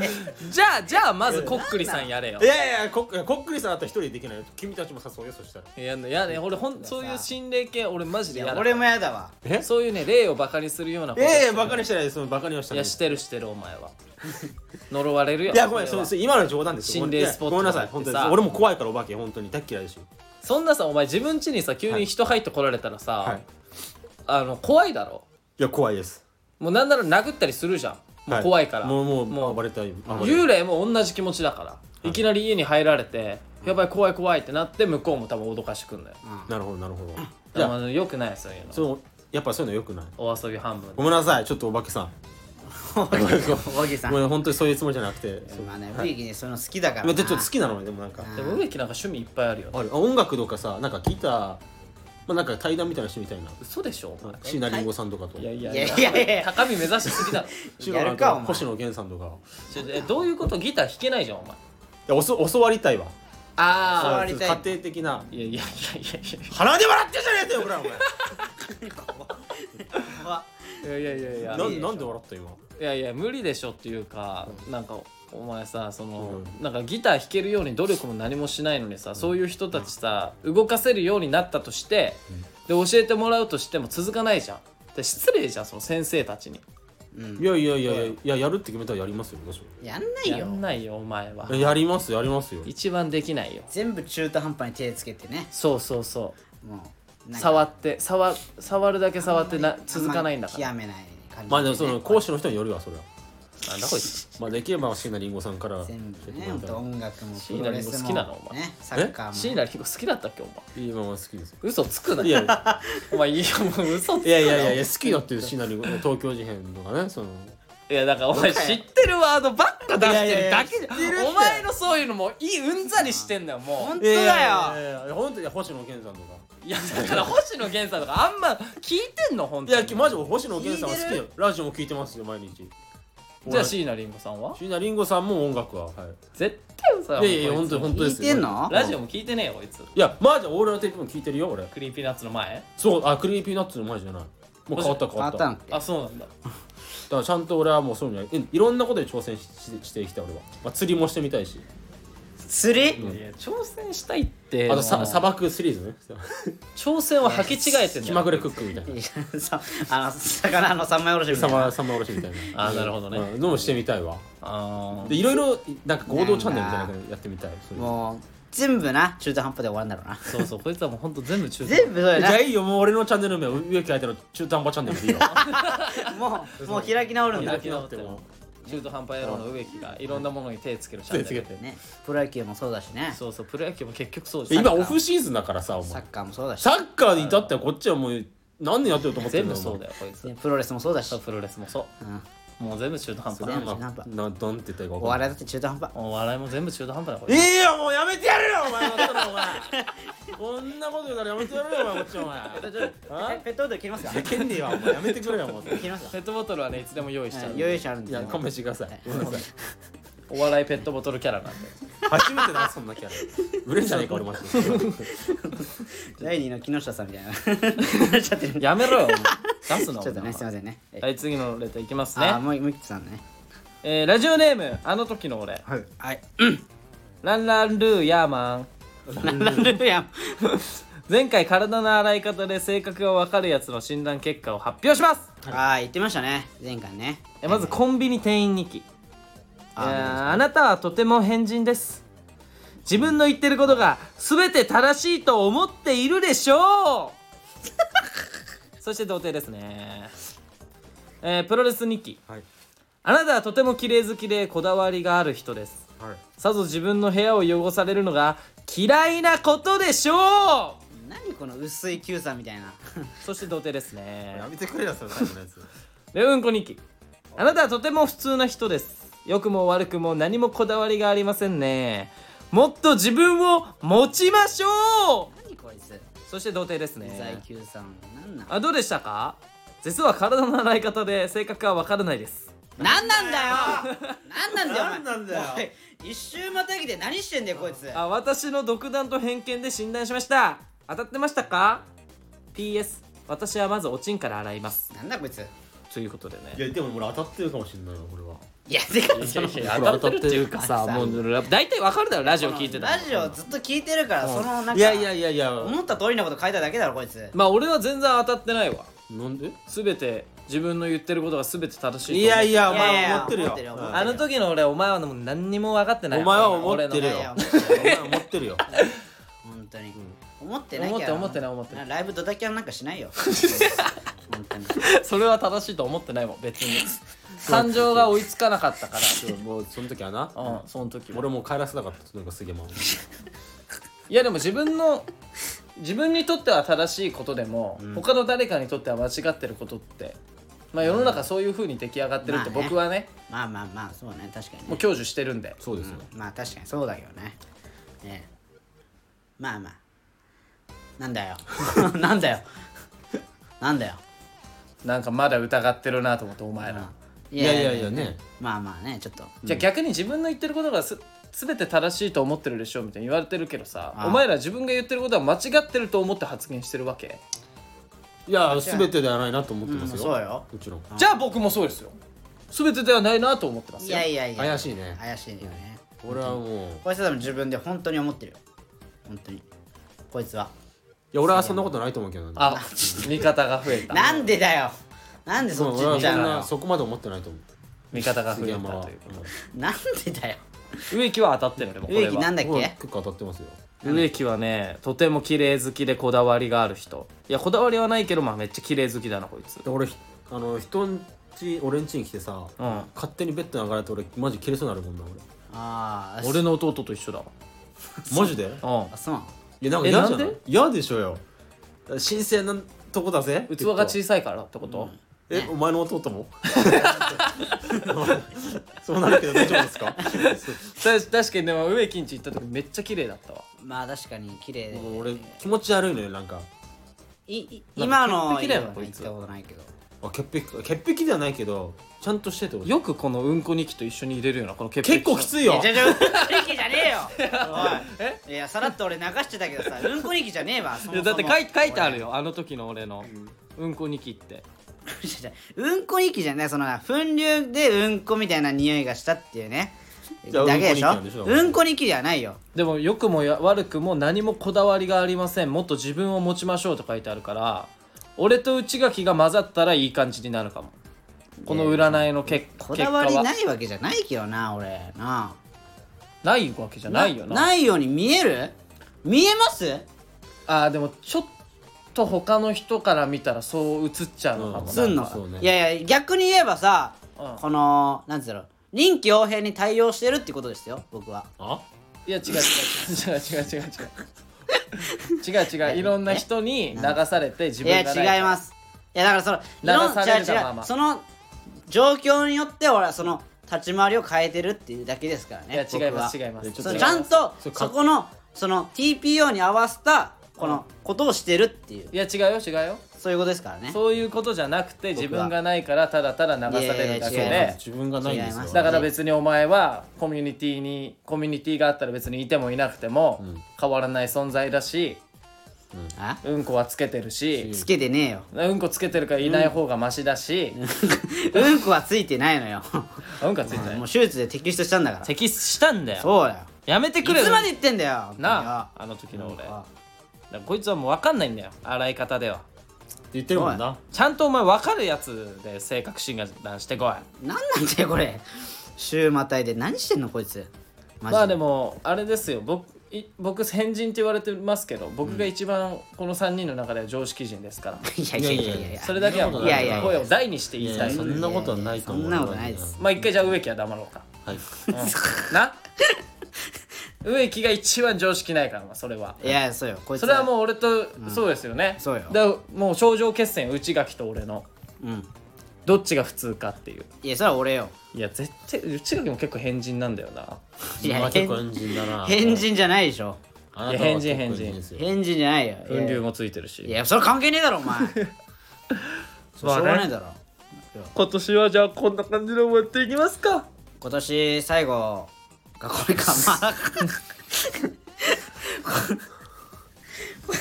S2: じゃあじゃあまずコックリさんやれよ
S3: いやいやいやこコックリさんだったら一人でできないよ君たちも誘うよそしたら
S2: いややね俺ほんそういう心霊系俺マジでやだ
S1: 俺もやだわ
S3: え
S2: そういうね霊をバカにするようなこと
S3: いやいやバカにしてないですバカにはして
S2: い
S3: ない
S2: や
S3: で
S2: し
S3: す
S2: てるしてるお前は呪われるよ
S3: いやごめん
S2: それ
S3: そ
S2: は
S3: うそう今のは冗談です
S2: 心霊スポット
S3: ごめんなさい本当に
S2: だってさ
S3: 俺も怖いからお化け本当に大っ嫌いだし
S2: そんなさお前自分家にさ急に人入ってこられたらさ、
S3: はい
S2: あの怖いだろ
S3: いや怖いです
S2: もうなんなら殴ったりするじゃんも
S3: は
S2: う怖いから、
S3: もうもう
S2: もう
S3: 暴れたい暴れ
S2: 幽霊も同じ気持ちだからいきなり家に入られてやばい怖い怖いってなって向こうも多分脅かしてくんだよ
S3: なるほどなるほど
S2: い
S3: じゃあ
S2: やよくないそういうの
S3: そうやっぱそういうのよくない
S2: お遊び半分
S3: ごめんなさいちょっとお化けさん
S1: おおぎさん
S3: ごめん本当にそういうつもりじゃなくてそう
S1: まあね雰囲気にそういうの好きだから
S3: いや
S1: な
S3: でちょっと好きなのよでもなんか
S2: でも植木なんか趣味いっぱいあるよ
S3: あるあ音楽とかさなんかギターまあなんか対談みたいなのしてみたいな
S2: 嘘でしょお前
S3: 椎名林檎さんとかと
S2: いやいや
S1: いやいやいや
S2: 高み目指しすぎだろ
S3: 椎名
S1: や
S3: 林
S1: るかお
S3: 檎
S1: 前
S3: 星野源さんとかい
S2: ちょえどういうことギター弾けないじゃんお前
S3: やおそ教わりたいわ
S1: 教
S2: あ
S1: わりたい
S3: 家庭的な
S2: あいやいやいやいやいや
S3: 鼻で笑ってんじゃねえってよこらお前
S1: あ
S2: いやいやいやいや
S3: ななんで笑った今
S2: いやいや無理でしょっていうか、なんかお前さその、
S3: う
S2: なんかギター弾けるように努力も何もしないのにさ、そういう人たちさ、動かせるようになったとして、で教えてもらうとしても続かないじゃんで失礼じゃんその先生たちに
S3: いやいやいやいやいややるって決めたらやりますよどうしよ
S1: やんない
S2: や
S1: よ
S2: んないよお前は
S3: ういややりますやりますよ
S2: 一番できないよ
S1: 全部中途半端に手つけてね
S2: そうそうそ
S1: もうな
S2: う
S1: んか
S2: 触って触触るだけ触ってな続かないんだから
S1: あまり極めない感じ
S3: まあでもその講師の人によるわそれは
S2: なんだこいつ
S3: まあできれば椎名林檎さんから
S1: 全部ねほんと音楽も
S2: 椎名林檎好きなのお前
S1: ねサッカ
S2: 椎
S1: ーも
S2: 名林檎好きだったっけお前
S3: いいまま好きですよ
S2: 嘘つくない
S3: やい
S2: お前いやもう嘘つくない
S3: やいやいやいや好きだっていう椎名林檎東京事変とかねその
S2: いやだからお前知ってるワードばっか出してるだけじ
S3: いやいやいや知ってるっ
S2: ゃ
S3: て
S2: んお前のそういうのもいいうんざりしてんだよも
S1: 本
S2: う
S1: 当だよ
S3: いやいやいやいや本当にいや星野源さんとか
S2: いやだから星野源さんとかあんま聞いてんの本
S3: い
S2: 当
S3: や
S2: に
S3: マジ俺星野源さんは好
S1: 聞い
S3: き
S1: て
S3: よラジオも聞いてますよ毎日
S2: じゃあ椎名林檎さんは
S3: 椎名林檎さんも音楽はは
S2: 絶対さ
S3: いいやいや
S2: こ
S3: 本
S2: つ
S3: 当に本当ですよ
S1: 聞いてんの
S2: ラジオも聞いてねえよこいつ
S3: いやマジ俺のテープも聞いてるよ俺
S2: クリーピーナッツの前
S3: そうあクリーピーナッツの前じゃないもう変わった変
S1: 変
S3: わ
S1: わ
S3: っ
S1: ったたんって
S2: あそうなんだ
S3: だからちゃんと俺はもうそういうのやいいろんなことに挑戦しししてきた俺は、まあ、釣りもしてみたいし
S1: 釣り
S2: いや挑戦したいって
S3: あとさ
S2: もう
S3: 砂漠シリーズね
S2: 挑戦を履き違えてんだ
S3: 気
S2: よ
S3: まぐれクックみたいない
S1: や [laughs] さあの魚の三枚おろしみた
S3: サ
S1: いな
S3: マサマおろしみたいな
S2: あーなるほどね
S3: うんのもしてみたいわ
S2: あ
S3: でいろいろなんか合同チャンネルみたいなのやってみたいそういうの
S1: もう全部な中途半端で終わるんだろうな
S2: ーそうそうこいつはもうほんと全部中途
S1: 全部そうや
S3: じゃ
S1: な
S3: あいいよもう俺のチャンネル名は植木相手の中途半端チャンネルでいいよ
S1: もうもう開き直るんだ
S2: 開き直っても中途半端野郎の植木がいろんなものに手つけるチャンネル
S3: 手つけて
S1: ねプロ野球もそうだしね
S2: そうそうプロ野球も結局そうじゃん
S3: 今オフシーズンだからさお
S1: サ
S3: 前
S1: ッカーもそうだし
S3: サッカーに至ってはこっちはもう何年やってると思って
S2: 全
S3: ん
S2: 部
S3: の
S2: そうだよこいつ
S1: ねプロレスもそうだし
S2: そうプロレスもそ
S1: うん
S2: うもう全部中途半端
S3: お
S1: 全
S3: 前
S1: 部
S3: な
S1: 中途
S3: ん
S1: 半端
S3: ななんて言ったらいいか
S1: お
S3: 分かんな
S1: 笑
S3: い
S1: いだって中途半端
S2: お笑いも全部中途半端だこ
S3: い
S2: れ
S3: いよもうやめてやれよお前本当だお前こんなこと言うからやめてやれよお前こっちお前あ
S1: ペットボトル切りますか
S3: けんねえわお前やめてくれよもう
S1: 切りますか
S2: ペットボトルはねいつでも用意しちゃう
S1: 余裕者あるん
S3: い
S1: で
S3: や
S1: もう
S3: 勘弁してくださいごめんなさい
S2: お笑いペットボトルキャラなんで
S3: 初めてだそんなキャラ売れんじゃねえか俺マジで
S1: 第二の木下さんみたいななっちゃってる
S2: やめろよお前
S1: [laughs]
S2: 出すな
S1: ちょっと
S2: お前
S1: ねすいませんねえ
S2: はい次のレターいきます
S1: あー
S2: ね
S1: もうもう一個さんね
S2: えーラジオネームあの時の俺
S1: はいはい
S2: ランランルーヤーマン
S1: なんなんでやん
S2: 前回体の洗い方で性格がわかるやつの診断結果を発表します
S1: あー言ってましたね前回ね
S2: えまずコンビニ店員2期
S1: あ
S2: ああなたはとても変人です自分の言ってることが全て正しいと思っているでしょうそして童貞ですね、えープロレス2期
S3: はい
S2: あなたはとても綺麗好きでこだわりがある人です
S3: はい
S2: さぞ自分の部屋を汚されるのが嫌いなことでしょう
S1: 何この薄い Q さんみたいな
S2: そして童貞ですね
S3: やめてくれよそれ最後のやつ
S2: でうんこ日記あなたはとても普通な人です良くも悪くも何もこだわりがありませんねもっと自分を持ちましょ
S1: 何こいつ
S2: うそして童貞です
S1: うざい
S2: ね
S1: Q さんなんなん
S2: あどうでしたか実は体の洗い方で性格は分からないです
S1: なんなんだ
S2: [laughs]
S1: よなんなんだよお前
S3: なんなんだよ
S1: おい一周またぎで何してんだよこいつ
S2: あ私の独断と偏見で診断しました当たってましたか ?PS 私はまずおちんから洗います
S1: なんだこいつ
S2: ということでね
S3: いやでも俺当たってるかもしれないよ俺はい
S1: やてかその
S2: いや当たってるっていうかさもうラ大体分かるだろラジオ聞いてたら
S1: ラジオずっと聞いてるからそのなんか
S3: いやいやいやいや
S1: 思った通りのこと書いただけだろこいつ
S2: まあ俺は全然当たってないわ
S3: なんで
S2: 全て自分の言ってることが全て正しいと思う
S3: いやいやお
S1: いやい
S3: 前
S1: や
S3: 思ってる
S1: 思
S3: よ
S1: ってるよ
S3: うん
S2: あの時の俺お前はもう何にも分かってない
S3: お前は思って
S2: 俺
S3: る
S1: い
S2: の
S3: よ
S1: やいや
S3: お
S2: [laughs]
S3: 前思ってるよ
S1: 本当に思ってないけど
S2: 思ってない思ってない
S1: ライブドタキャンなんかしない
S2: [laughs]
S1: よ本当に
S2: それは正しいと思ってないもん別に感情が追いつかなかったか
S3: そうもうその時はな
S2: らうんその時は
S3: 俺もう帰らせなかったなんかすげえもん
S2: いやでも自分の自分にとっては正しいことでも、他の誰かにとっては間違ってることってまあ世の中そういう風に出来上がってるって
S1: まあね
S2: 僕はね,、
S1: まあまあまあそうね確かに
S2: もう
S1: ね
S2: 享受してるんで
S3: そうですよ
S1: まあ確かにそうだけどねねえまあまあなんだよ [laughs] なんだよなんだよ
S2: なんかまだ疑ってるなと思ってお前ら、
S1: い
S3: いやいやいやね
S1: まあまあねちょっと
S2: じゃあ逆に自分の言ってることがす全て正しいと思ってるでしょみたいに言われてるけどさ
S1: ああ
S2: お前ら自分が言ってることは間違ってると思って発言してるわけ
S3: いや全てではないなと思ってます
S1: う
S3: よ、
S1: んそうよ
S3: もちろん
S2: じゃあ僕もそうですよ全てではないなと思ってます
S1: い
S2: よ
S1: やいやいや
S3: 怪しいね
S1: 怪しいよね
S3: 俺はもうい
S1: こいつは多分自分で本当に思ってるよ本当にこいつは
S3: や俺はそんなことないと思うけどね
S2: あ味方が増えた
S1: なんでだよなんで
S3: そ
S1: そっ
S3: う
S1: ち
S3: 俺
S1: 行
S3: は
S1: っちゃ
S3: そう
S1: の
S3: ん
S1: よ
S3: なそこまで思ってないと思う
S2: 味方が増え
S3: 杉
S2: た
S3: 山は
S2: というこ
S1: なんでだよ
S2: と植木は当たってるでもこれ
S1: 植木な
S2: は
S1: んだっ
S3: うん俺
S1: け
S3: 結構当たってますよ
S2: 植木はねとても綺麗好きでこだわりがある人いやこだわりはないけどまあめっちゃ綺麗好きだなこいつ
S3: で俺ひあの人んち俺んちに来てさ、
S2: うん
S3: 勝手にベッドに上がられて俺マジ切れそうになるもんな
S1: ああ
S2: 俺の弟と一緒だ
S3: 俺マジで
S2: わ
S1: あそうなの
S3: いや
S2: えな
S3: なんか嫌じゃな
S2: ん
S3: い
S2: で
S3: 嫌でしょよ新鮮なとこだぜ
S2: うん器が
S3: ち
S2: 小さいからってこと、
S3: えお前の弟も [laughs] そうなるけど大丈夫ですか
S2: た確かにでも植木んち行った時めっちゃ綺麗だったわ
S1: まあ確かに綺麗で
S3: もう俺気持ち悪いのよなんか
S1: いい
S2: なん
S1: 今
S2: か
S1: の
S2: 潔癖だ
S1: 家
S2: よ
S1: はね
S2: こい
S1: 行っ
S2: つ
S1: たことないけど
S3: あ潔癖潔癖ではないけどちゃんとしてってこと
S2: よくこのうんこ日記と一緒に入れるようなこの潔癖
S3: 結構き
S2: い
S3: ついよ
S1: いやじゃあじゃあうんこ日記じゃねえよおいいやさらっと俺流してたけ
S2: [laughs]
S1: どさうんこ日記じゃねえわそもそも
S2: だって書い書いてあるよあの時の俺のうんこ日記って
S1: 違う違ううんこ息じゃないその粉流でうんこみたいな匂いがしたっていうね
S3: じゃあ
S1: だけでしょ
S3: うんこ日記なんでしょ
S1: うんこ息じゃないよ
S2: でも良くもや悪くも何もこだわりがありませんもっと自分を持ちましょうと書いてあるから俺と内垣が混ざったらいい感じになるかもこの占いの結
S1: こ
S2: 結果
S1: だわり
S2: は
S1: ないわけじゃないけどな俺な
S2: ないわけじゃないよな
S1: ないように見える見えます
S2: あーでもちょっと他の人から見たらそう映っちゃうのかもな、
S1: すんの
S3: そうね
S1: いやいや逆に言えばさ
S2: うん
S1: このなんつうの臨機応変に対応してるってことですよ僕は
S3: あ
S2: いや違う違う違う違う違う違う違う違ういろんな人に流されて自
S1: い
S2: 分
S1: や
S2: がない
S1: 違いますいやだからその
S2: 流されるが
S1: いろん違う違う
S2: まま
S1: その状況によって俺はその立ち回りを変えてるっていうだけですから
S2: いや
S1: ね
S2: 違います
S1: 僕は
S2: 違います
S3: ちょ
S1: そ
S3: っと
S1: う
S2: 違い
S1: ちゃ
S2: ま
S1: ん
S2: す
S1: と
S3: それか
S1: そこのその TPO に合わせたこのことをしてるっていう
S2: いや違うよ違うよ
S1: そういうことですからね
S2: そういうことじゃなくて
S1: 僕は
S2: 自分がないからただただ流されるだけ
S1: いやいや違いま
S2: で
S3: 自分がないんです
S1: 違いま
S3: よ
S1: す
S2: だから別にお前はコミュニティにコミュニティがあったら別にいてもいなくても
S3: ん
S2: 変わらない存在だし
S1: あ
S2: うんこはつけてるし
S1: つけてねえよ [laughs]
S2: うんこつけてるからいない方がマシだし
S1: うんこはついてない
S2: [laughs]
S1: のよ
S2: あうんこはついてない
S1: もう手術で摘出したんだから
S2: 咳したんだよ
S1: そうだよ
S2: やめて
S1: い
S2: くれよ
S1: つまで言ってんだよ
S2: なああの時の
S1: 本当
S2: 俺
S1: によ
S2: だからこいつはもう分かんないんだよ洗い方では
S3: 言ってるもんな
S2: ちゃんとお前分かるやつで性格診断してこい
S1: なんなんだよこれ週またいで何してんのこいつマジ
S2: まあでもあれですよ僕い僕変人って言われてますけど僕が一番この3人の中では常識人ですから、
S1: [laughs] いやいやいやいやいや
S2: それだけはもう
S1: いやいやいや
S2: 声を大にして言いたい
S3: いやいやそんなことはないと思う
S1: そんなことないです
S2: まあ一回じゃあ植木は黙ろうか、
S3: はい
S2: うんな植木が一番常識ないからまあそれはい
S1: やそうよこいつ
S2: それはもう俺と、そうですよね
S1: そうよ
S2: だからもう頂上決戦内垣と俺の
S1: ううん
S2: どっちが普通かっていう
S1: いやそれは俺よ
S2: いや絶対内垣も結構変人なんだよない
S1: や
S3: まあ
S1: 変
S3: 結構変人だな
S1: 変人じゃないでしょ
S3: あなたは結構
S2: いや変人
S3: ですよ
S1: 変人じゃないよ
S2: 分流もついてるし
S1: いやそれ関係ねえだろお前それしょうがないだろ
S2: 今年はじゃあこんな感じで終わっていきますか
S1: 今年最後がこれかまあ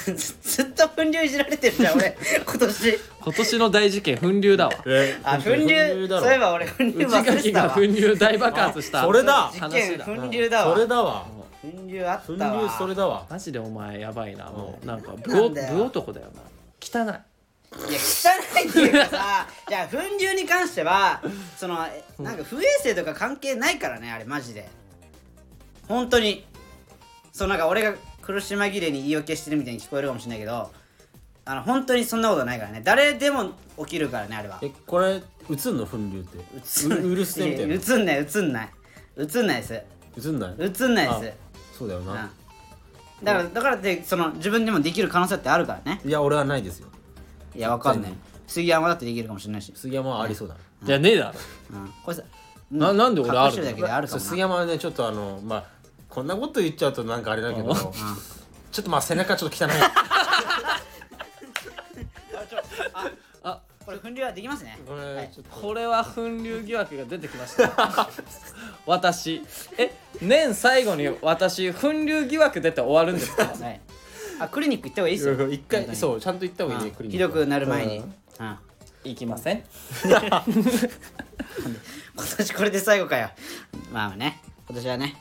S1: ず [laughs] ずっと分量いじられてるじゃん俺今年
S2: 今年の大事件粉流だわ
S3: え
S1: あ粉流
S3: だろ
S1: そういえば俺粉流
S2: 内
S1: 忘れて
S2: 垣
S1: た
S2: が
S1: わ
S2: 粉流大爆発した
S3: あそれだ
S1: 事件
S2: 話だ
S1: 粉流だわ
S3: それだわ
S1: 粉流あった
S3: 粉
S1: わ
S3: 流それだわ
S2: マジでお前やばいなもうなんかぶ
S1: な
S2: お
S1: んだよ
S2: ぶ男だよな汚
S1: い
S2: い
S1: や汚いっていうか [laughs] さじゃあ粉流に関してはそのえなんか不衛生とか関係ないからねあれマジで本当にそうなんか俺が苦し紛れに言い訳してるみたいに聞こえるかもしれないけどあの本当にそんなことないからね誰でも起きるからねあれは
S3: えこれ映んの粉流ってううるせえみたいな
S1: うつん [laughs] ない映んない映んないです
S3: 映んない
S1: 映んないです
S3: そうだよ
S1: うん
S3: な
S1: だからだからってその自分でもできる可能性ってあるからね
S3: いや俺はないですよ
S1: いやわかんない杉山だってできるかもしれないし、
S3: 杉山はありそうだ
S2: いやねえだろ
S1: うん、これさ
S2: ななんで俺
S1: 隠
S2: ある
S1: して
S2: の
S1: だけであるか
S3: そう
S1: もな
S3: 杉山はねちょっとあのまあこんなこと言っちゃうとなんかあれだけどちょっとまあ背中ちょっと汚い
S2: あ
S1: これ分量はできますね
S3: これちょっと
S2: これは粉流疑惑が出てきました [laughs] 私え年最後に私粉流疑惑出て終わるんです [laughs] か
S1: はいあクリニック行った方がいいですよ
S3: 一回そうちゃんと言った方がいいねクリニッ
S1: ひ
S3: ク
S1: どくなる前に、
S3: う
S1: うんん、今
S2: 行きませ [laughs] ん
S1: 年これで最後かよまあね今年はね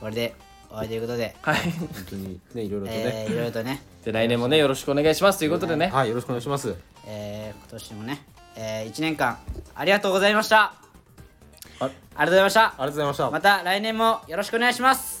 S1: これで終わりということで、
S2: はい
S3: 本当にねいろいろと
S1: え
S3: ね
S1: ー、いろいろとね、
S2: で来年もねよろしくお願いしますということでね
S3: はいよろしくお願いします
S1: えー、今年もね、えー、1年間ありがとうございましたあり
S3: あ
S1: がとうございまし
S3: あ
S1: た
S3: りがとうございました
S1: また来年もよろしくお願いします